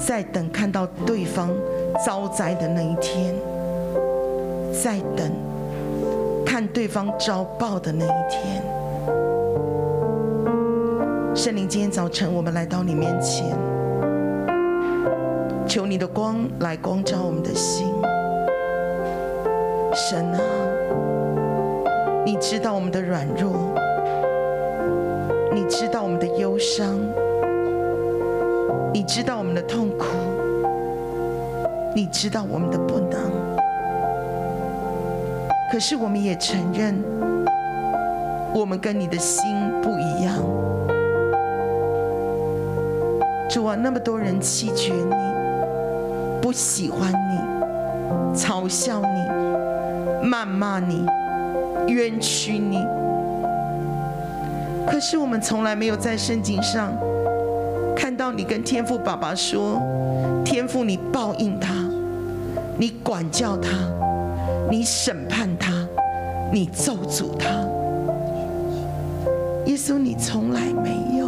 [SPEAKER 6] 在等看到对方遭灾的那一天，在等看对方遭报的那一天。圣灵，今天早晨我们来到你面前，求你的光来光照我们的心。神啊，你知道我们的软弱。你知道我们的忧伤，你知道我们的痛苦，你知道我们的不能。可是我们也承认，我们跟你的心不一样。主啊，那么多人弃绝你，不喜欢你、嘲笑你、谩骂你、冤屈你。可是我们从来没有在圣经上看到你跟天父爸爸说：“天父，你报应他，你管教他，你审判他，你咒诅他。”耶稣，你从来没有。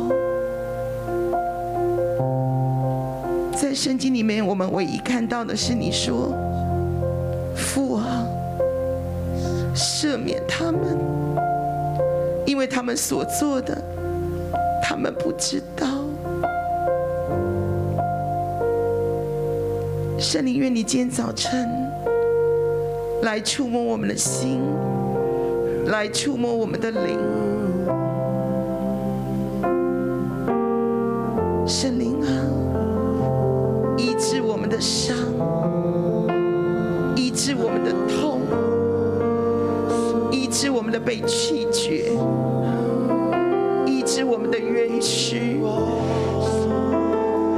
[SPEAKER 6] 在圣经里面，我们唯一看到的是你说：“父啊，赦免他们，因为他们所做的，他们不知道。”圣灵，愿你今天早晨来触摸我们的心，来触摸我们的灵。圣灵啊。医治我们的伤，医治我们的痛，医治我们的被拒绝，医治我们的冤屈，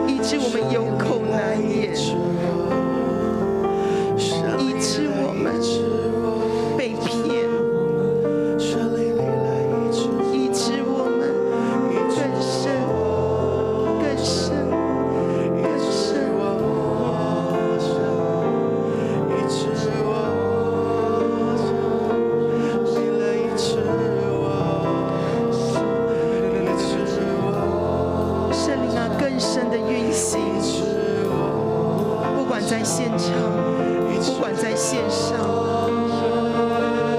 [SPEAKER 6] 医治我们有口难言，医治我们被骗，医治我们更深、更深、更深。圣灵啊更深的运行，不管在现场，不管在线上，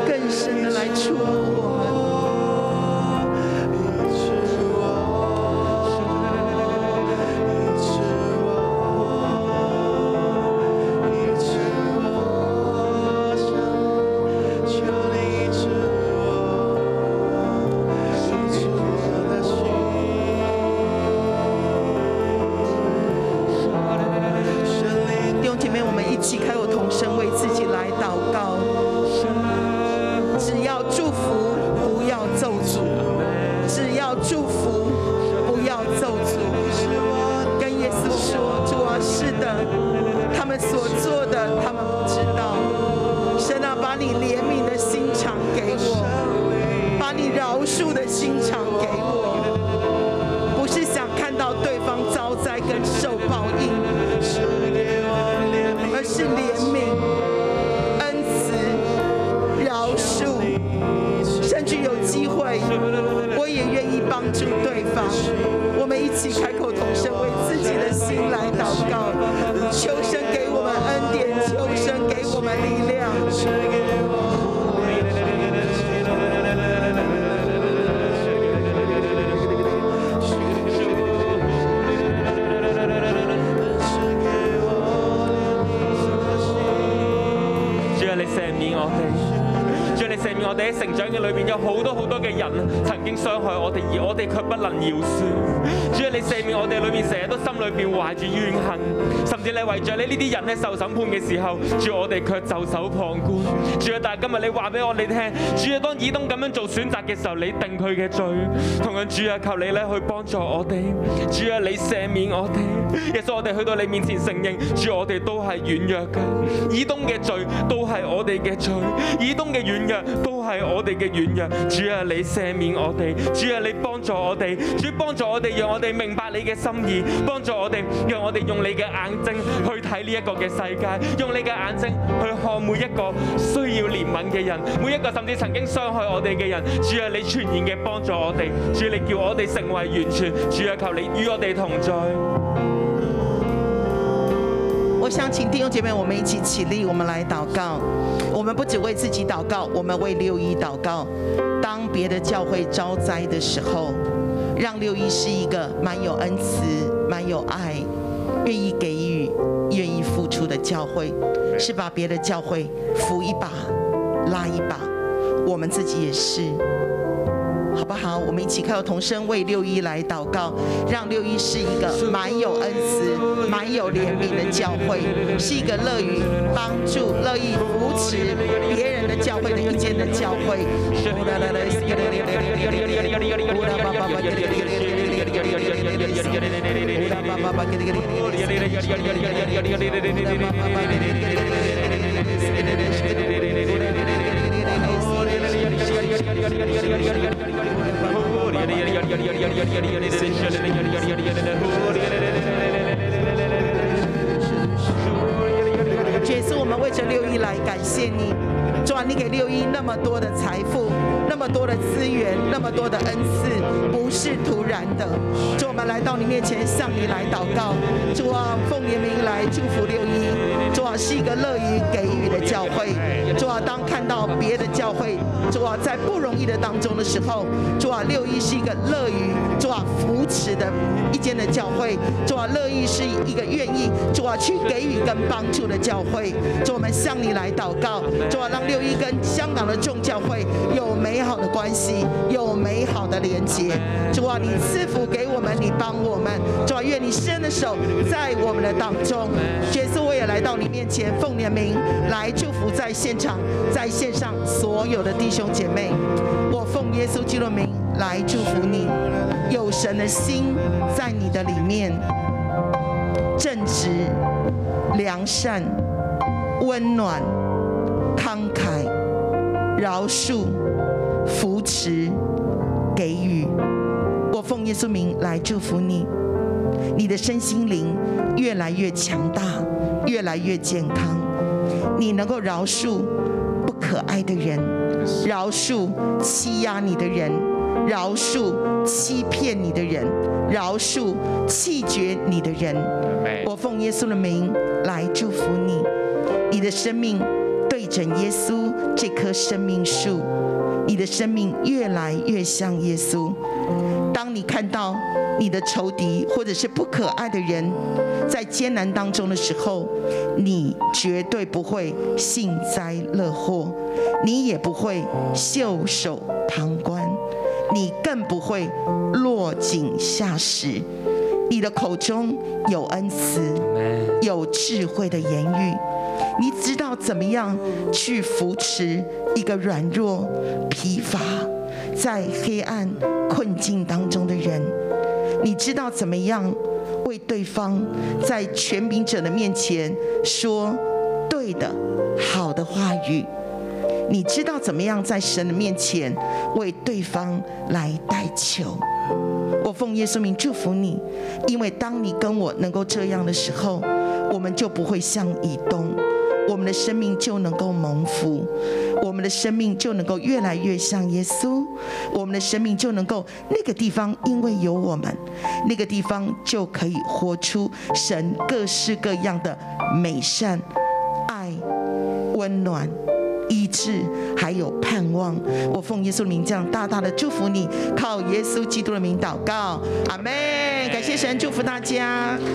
[SPEAKER 6] 更深的来触摸我们。弟兄姐妹，我们一起开口同声为自己来祷告。只要祝福，不要咒诅；只要祝福，不要咒诅。跟耶稣说：“主啊，是的，他们所做的，他们不知道。神啊，把你怜悯的心肠给我，把你饶恕的心肠给我。”不是想看到对方遭灾跟受报应，而是怜悯、恩慈、饶恕，甚至有机会，我也愿意帮助对方。我们一起开口同声，为自己的心来祷告，求神给我们恩典，求神给我们力量。
[SPEAKER 5] 主啊，你赦免我哋。主啊，你赦免我哋喺成長嘅裏邊有好多好多嘅人啊曾經傷害我哋，而我哋卻不能饒恕。主啊，你赦免我哋裏面成日都心裏邊懷住怨恨，甚至你為着你呢啲人咧受審判嘅時候，主啊我哋卻袖手旁觀。主啊，但係今日你話俾我哋聽，主啊，當以東咁樣做選擇嘅時候，你定佢嘅罪。同樣，主啊，求你咧去幫助我哋。主啊，你赦免我哋。耶穌，我哋去到你面前承認，主啊我哋都係軟弱嘅，以東嘅罪都係我哋嘅罪，以東嘅軟弱都係我哋嘅軟弱。主啊，你赦免我哋，主啊，你幫助我哋，主幫助我哋，讓我哋明白你嘅心意，幫助我哋，讓我哋用你嘅眼睛去睇呢一個嘅世界，用你嘅眼睛去看每一個需要憐憫嘅人，每一個甚至曾經傷害我哋嘅人。主啊，你全然嘅幫助我哋，主啊，你叫我哋成為完全，主啊，求你與我哋同在。
[SPEAKER 6] 我想请弟兄姐妹，我们一起起立，我们来祷告。我们不只为自己祷告，我们为六一祷告。当别的教会遭灾的时候，让六一是一个满有恩慈、满有爱、愿意给予、愿意付出的教会，是把别的教会扶一把、拉一把。我们自己也是。好不好？我们一起开口同声为六一来祷告，让六一是一个满有恩慈、满有怜悯的教会，是一个乐于帮助、乐意扶持别人的教会的一间的教会。主也是我们为着六一来感谢你，主啊，你给六一那么多的财富，那么多的资源，那么多的恩赐，不是突然的。主，我们来到你面前，向你来祷告。主啊，奉你名来祝福六一。主啊，是一个乐于给予的教会。主啊，当看到别的教会，主啊，在不容易的当中的时候，主啊，六一是一个乐于主啊扶持的一间的教会。主啊，乐意是一个愿意主啊去给予跟帮助的教会。主，我们向你来祷告，主啊，让六一跟香港的众教会有美好的关系，有美好的连接。主啊，你赐福给我们，你帮我们。主啊，愿你伸的手在我们的当中。耶稣，我也来到你面前，奉你的名来祝福在现场、在线上所有的弟兄姐妹。我奉耶稣基督的名来祝福你，有神的心在你的里面，正直、良善、温暖、慷慨、饶恕、扶持、给予。我奉耶稣名来祝福你，你的身心灵越来越强大，越来越健康。你能够饶恕不可爱的人，饶恕欺压你的人，饶恕欺骗你的人，饶恕弃绝你的人。我奉耶稣的名来祝福你，你的生命对准耶稣这棵生命树，你的生命越来越像耶稣。当你看到你的仇敌或者是不可爱的人在艰难当中的时候，你绝对不会幸灾乐祸，你也不会袖手旁观，你更不会落井下石。你的口中有恩慈，有智慧的言语，你知道怎么样去扶持一个软弱、疲乏、在黑暗困境当中的人，你知道怎么样为对方在权柄者的面前说对的、好的话语。你知道怎么样在神的面前为对方来代求。我奉耶稣名祝福你，因为当你跟我能够这样的时候，我们就不会向以东，我们的生命就能够蒙福，我们的生命就能够越来越像耶稣，我们的生命就能够那个地方，因为有我们，那个地方就可以活出神各式各样的美善、爱、温暖。医治，还有盼望。我奉耶稣的名，这样大大的祝福你，靠耶稣基督的名祷告，阿门。感谢神，祝福大家。